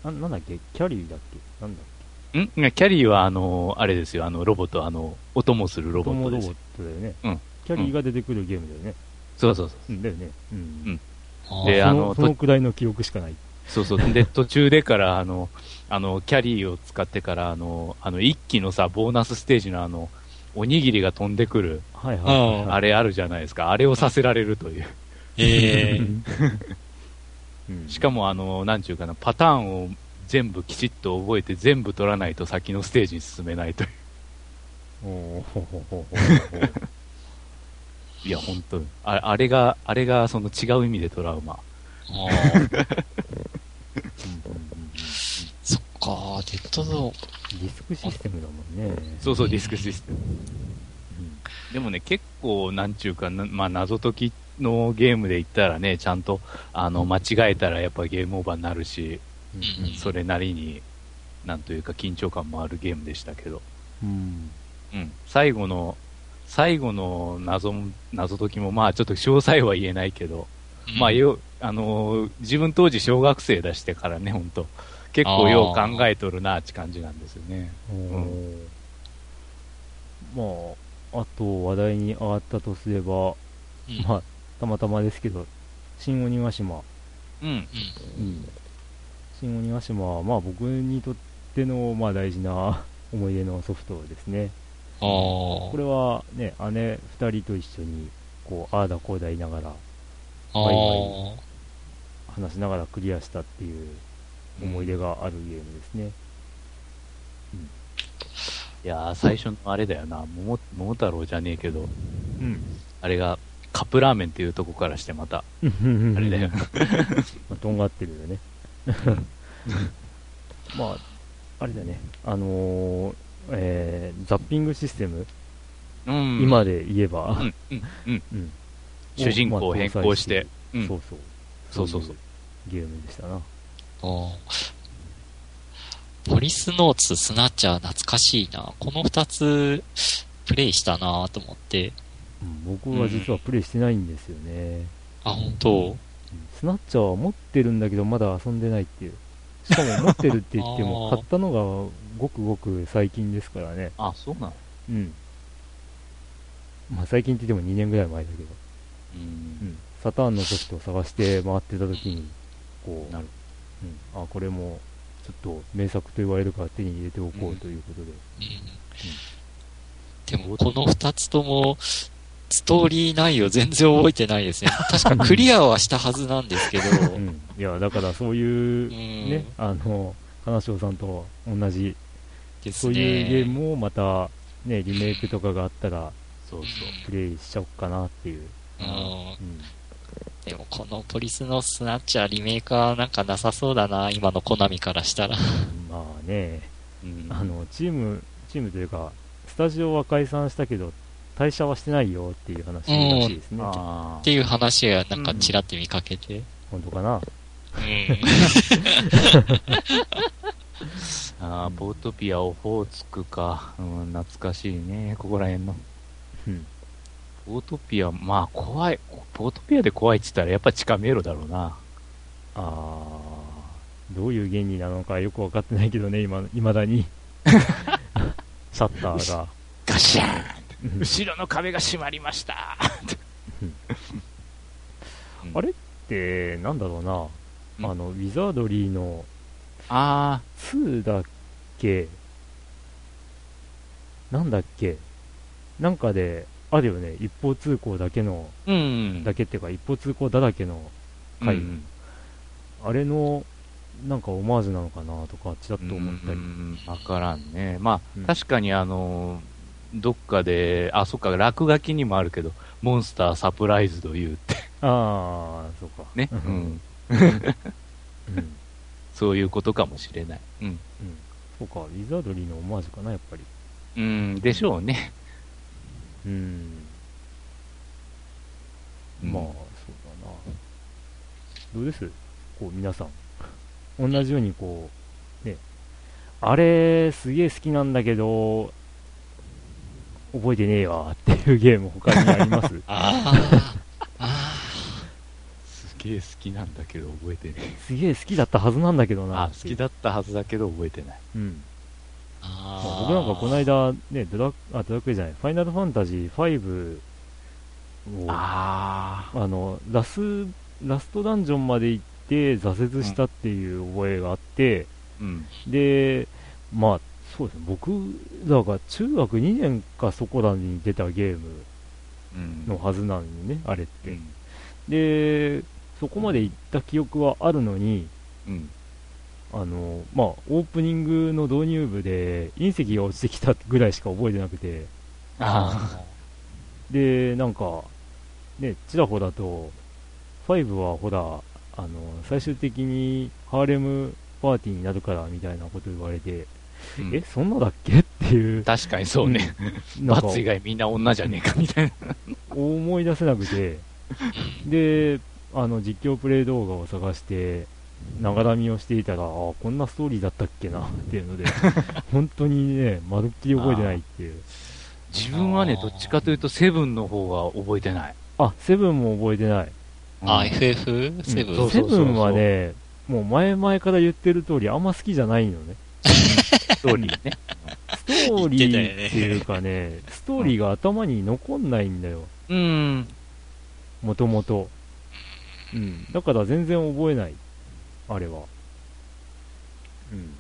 Speaker 1: あなんだっけキャリーだっけなんだっ
Speaker 3: んいやキャリーはあの、あれですよ、あの、ロボット、あの、音もする
Speaker 1: け
Speaker 3: ロボッ
Speaker 1: ロ
Speaker 3: トで
Speaker 1: ボ
Speaker 3: す
Speaker 1: ッ。トだよね。
Speaker 3: うん
Speaker 1: キャリーが出てくるゲームだよね。
Speaker 3: そうそうそう。
Speaker 1: うん、だよね。うん。
Speaker 2: あ
Speaker 3: で
Speaker 2: ー
Speaker 1: そ
Speaker 3: あ
Speaker 1: の
Speaker 3: の
Speaker 1: そのくらいの記憶しかない。
Speaker 3: そう (laughs) そう。で、途中でから、あの、あの、キャリーを使ってから、あの、あの、一期のさ、ボーナスステージのあの、おにぎりが飛んでくる、
Speaker 1: はいはいはいはい。
Speaker 2: あ
Speaker 3: あれあるじゃないですか。あれをさせられるという。
Speaker 2: ええ
Speaker 1: (laughs) うん
Speaker 3: しかも、あの、なんちゅうかな、パターンを全部きちっと覚えて、全部取らないと先のステージに進めないという。
Speaker 1: おーほほほほほ
Speaker 3: (laughs) いや、本当にああれが、あれが、その違う意味でトラウマ。
Speaker 2: あ
Speaker 1: う
Speaker 2: ー
Speaker 1: んうんうん
Speaker 2: そっか、デッドゾーン。
Speaker 1: ディスクシステムだもんね。
Speaker 3: そうそう、ディスクシステム。でもね、結構、なんちゅうかな、まあ、謎解きのゲームで言ったらね、ちゃんと、あの、間違えたらやっぱゲームオーバーになるし、
Speaker 1: うん
Speaker 3: それなりに、なんというか緊張感もあるゲームでしたけど、
Speaker 1: うんうん
Speaker 3: うん、最後の、最後の謎も、謎解きも、まあ、ちょっと詳細は言えないけど、まあ、
Speaker 2: よ、
Speaker 3: よ、あのー自分当時小学生出してからね、本当結構よう考えとるなって感じなんですよね。
Speaker 1: うんまあ、あと話題に上がったとすれば、
Speaker 2: うん
Speaker 1: まあ、たまたまですけど、新鬼ヶ島。
Speaker 3: うん。
Speaker 2: う
Speaker 1: 新鬼ヶ島は、まあ僕にとっての、まあ大事な思い出のソフトですね。
Speaker 2: ん。ああ。
Speaker 1: これはね、姉二人と一緒に、こう、ああだこうだ言いながら、
Speaker 2: あ
Speaker 1: はい
Speaker 2: あ。
Speaker 1: 話しながらクリアしたっていう思い出があるゲームですね。
Speaker 3: いやー最初のあれだよな、桃、桃太郎じゃねえけど、あれが、カップラーメンっていうとこからしてまた、
Speaker 1: うん。
Speaker 3: あれだよ。
Speaker 1: (laughs) まあ、とんがってるよね。 (laughs) まあ、あれだね、あのーえーザッピングシステム、
Speaker 3: うん
Speaker 1: 今で言えば、
Speaker 3: うん、うん、うん。
Speaker 1: うん
Speaker 3: 主人公を変更して、
Speaker 1: まあ搭載そ
Speaker 3: うん
Speaker 1: うそう、
Speaker 3: そうそうそう
Speaker 1: いゲームでしたな。
Speaker 2: あーポリスノーツ、スナッチャー、懐かしいな。この二つ、プレイしたなと思って。
Speaker 1: うん僕は実はプレイしてないんですよね。
Speaker 2: あ、本当
Speaker 1: うんスナッチャーは持ってるんだけど、まだ遊んでないっていう。しかも持ってるって言っても、
Speaker 2: あー
Speaker 1: 買ったのがごくごく最近ですからね。
Speaker 3: あ、そうなの
Speaker 1: うん。まあ最近って言っても2年ぐらい前だけど。
Speaker 3: う。
Speaker 1: うんん、サターンのソフトを探して回ってた時にこう
Speaker 3: なる
Speaker 1: うん、あこれもちょっと名作と言われるから手に入れておこうということで、
Speaker 2: うん。でも、この二つとも、ストーリー内容全然覚えてない
Speaker 1: (laughs)
Speaker 2: ですね。確かクリアはしたはずなんですけど。
Speaker 1: う
Speaker 2: うん
Speaker 1: んいやだからそういう、ね
Speaker 2: ね。
Speaker 1: あの金城さんと同じ
Speaker 2: です
Speaker 1: そう
Speaker 2: ね。
Speaker 1: いうゲームをまた、ね、リメイクとかがあったら
Speaker 3: そうそう。
Speaker 1: プレイしちゃおっかなっていう、
Speaker 2: うん
Speaker 1: うん、
Speaker 2: でもこのポリスノーツスナッチャーリメーカーなんかなさそうだな、今のコナミからしたら。
Speaker 1: まあね
Speaker 3: うん
Speaker 1: あのチームチームというかスタジオは解散したけど退社はしてないよっていう話らしいですね、
Speaker 3: あ
Speaker 2: っていう話がなんかちらって見かけて。
Speaker 1: 本当かな
Speaker 2: うん。
Speaker 3: ーあー、ボートピア、オホーツクか。うん、懐かしいね、ここら辺の。
Speaker 1: うん
Speaker 3: ボートピア、まあ、怖い。ボートピアで怖いって言ったら、やっぱ地下迷路だろうな。
Speaker 1: あーどういう原理なのかよく分かってないけどね、今、未だに。シャッターが。
Speaker 3: ガシャーンって
Speaker 1: うん
Speaker 3: 後ろの壁が閉まりました
Speaker 1: あれって、なんだろうな、
Speaker 3: うん
Speaker 1: あの、ウィザードリーの
Speaker 3: あ
Speaker 1: 2だっけ、なんだっけ、なんかで、あるよね、一方通行だけの、
Speaker 3: ー、うん。
Speaker 1: だけっていうか、一方通行だらけの、
Speaker 3: うん
Speaker 1: はいあれの、なんかオマージュなのかなとか、ちらっと思ったり。
Speaker 3: うんわからんね。まあ、
Speaker 1: うん
Speaker 3: 確かにあの、どっかで、あ、そっか、落書きにもあるけど、モンスターサプライズと言うって
Speaker 1: ああ、そうか。
Speaker 3: ね。う
Speaker 1: うんん。うん
Speaker 3: そういうことかもしれない。うん。
Speaker 1: うん、そうか、ウィザードリーのオマージュかな、やっぱり。
Speaker 3: うん、でしょうね。
Speaker 1: うん。まあ、そうだな。どうですこう、皆さん。同じようにこう、ね、あれ、すげえ好きなんだけど、覚えてねえわっていうゲーム他にあります
Speaker 2: ああ、あ
Speaker 3: すげえ好きなんだけど覚えてない。
Speaker 1: すげえ好きだったはずなんだけどな
Speaker 3: あ
Speaker 1: っ、て
Speaker 3: 好
Speaker 1: いう
Speaker 3: きだったはずだけど覚えてない。
Speaker 1: うん。
Speaker 2: あ、あ
Speaker 1: まあ (laughs)
Speaker 2: あ。
Speaker 1: 僕なんかこの間、ね、ドラあドラクエじゃない、ファイナルファンタジー5を、
Speaker 3: あ
Speaker 1: あのラスラストダンジョンまで行って挫折したっていう覚えがあって、
Speaker 3: うん。
Speaker 1: で、まあ、そうですね、僕、だから中学2年かそこらに出たゲーム
Speaker 3: うん
Speaker 1: のはずなのにね、あれっ
Speaker 3: う
Speaker 1: て。
Speaker 3: ん。
Speaker 1: で、そこまで行った記憶はあるのに、
Speaker 3: うん。
Speaker 1: あのまあ、オープニングの導入部で隕石が落ちてきたぐらいしか覚えてなくて、
Speaker 3: あ
Speaker 1: で、なんか、ね、ちらほらと、5はほら、あの、最終的にハーレムパーティーになるからみたいなこと言われて、
Speaker 3: ーうん
Speaker 1: え、そんなだっけっていう、
Speaker 3: 確かにそうね。
Speaker 1: なん
Speaker 3: バ
Speaker 1: か
Speaker 3: ツ以外みんな女じゃねえかみたいな。
Speaker 1: 思い出せなく
Speaker 3: (laughs)
Speaker 1: て、で、あの、実況プレイ動画を探して、ながら見をしていたら、あこんなストーリーだったっけなっていうの
Speaker 3: (laughs)
Speaker 1: で、本当にね、まるっきり覚えてないっていう。
Speaker 3: 自分はね、どっちかというとセブンの方が覚えてない。
Speaker 1: あ、セブンも覚えてない。
Speaker 2: ああ、
Speaker 3: うん
Speaker 2: FF7、
Speaker 3: そう
Speaker 1: セブンはね、もう前々から言ってる通り、あんま好きじゃないのね。
Speaker 3: (laughs) ストーリーね。
Speaker 1: ストーリーっていうかね、ストーリーが頭に残んないんだよ、
Speaker 3: うん。
Speaker 1: もともと。うん。だから全然覚えない、あれは。うん。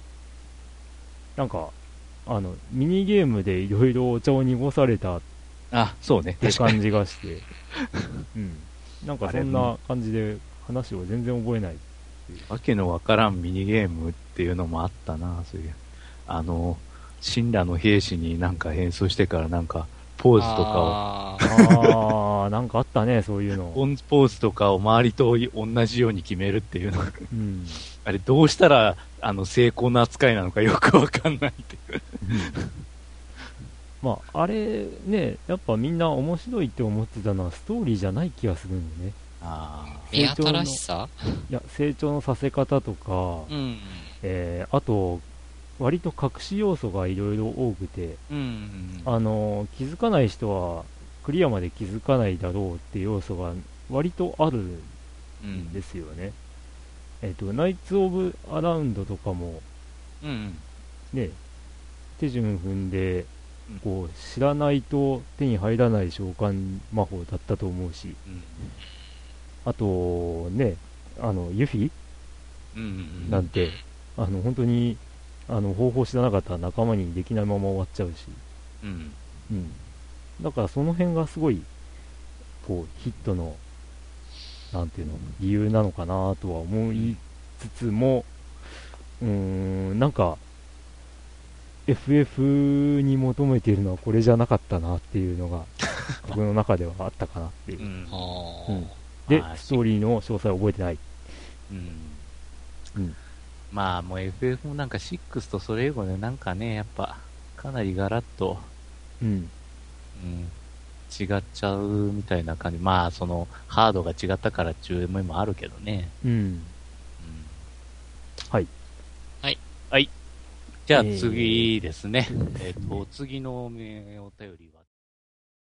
Speaker 1: なんか、あの、ミニゲームでいろいろお茶を濁されたっ
Speaker 3: あ、そうね。
Speaker 1: て
Speaker 3: 確かに。
Speaker 1: 感じがして、うん。なんかそんな感じで話を全然覚え
Speaker 3: (laughs)
Speaker 1: ない。
Speaker 3: わけのわからんミニゲームっていうのもあったな、そういう。あの、神羅の兵士になんか変装してからなんか、ポーズとか
Speaker 2: か
Speaker 1: あー、なんかあったね、そういう
Speaker 3: を、
Speaker 1: の。
Speaker 3: ポンポーズとかを周りと同じように決めるっていうのが、
Speaker 1: うん。
Speaker 3: あれどうしたら、あの、成功な扱いなのかよくわかんないっていう。
Speaker 1: まあ、あれね、やっぱみんな面白いって思ってたのはストーリーじゃない気がするんでね。
Speaker 3: あ
Speaker 2: 目新しさ
Speaker 1: いや、成長のさせ方とか、
Speaker 3: うん。
Speaker 1: えーあと、割と隠し要素がいろいろ多くて、
Speaker 3: うん。
Speaker 1: あの、気づかない人はクリアまで気づかないだろうって要素が割とあるん
Speaker 3: うん
Speaker 1: で。すよね。えっ、と、ナイツ・オブ・アラウンドとかも、
Speaker 3: うん。
Speaker 1: ね、手順踏んで
Speaker 3: うん、
Speaker 1: こう、知らないと手に入らない召喚魔法だったと思うし、あと、ね、あの、ユフィ
Speaker 3: うん。
Speaker 1: なんて、あの、本当に、あの、方法知らなかったら仲間にできないまま終わっちゃうし、
Speaker 3: うん。
Speaker 1: うん。だからその辺がすごい、こう、ヒットの、なんていうの、理由なのかなとは思いつつも、うーん、なんか、FF に求めているのはこれじゃなかったなっていうの
Speaker 3: (laughs)
Speaker 1: が、僕の中ではあったかなっていうう。
Speaker 3: ん
Speaker 2: あ。ー
Speaker 1: うんで
Speaker 3: あー、
Speaker 1: ストーリーの詳細を覚えてない。
Speaker 3: う
Speaker 1: うんん、
Speaker 3: まあもう FF もなんか6とそれ以後でなんかねやっぱかなりガラッと、
Speaker 1: うん。
Speaker 3: うん、違っちゃうみたいな感じまあそのハードが違ったからっていう思いもあるけどね、
Speaker 1: うん。
Speaker 3: うん、
Speaker 1: はい
Speaker 2: はい
Speaker 3: はいじゃあ次ですね、えっとお次のお便りは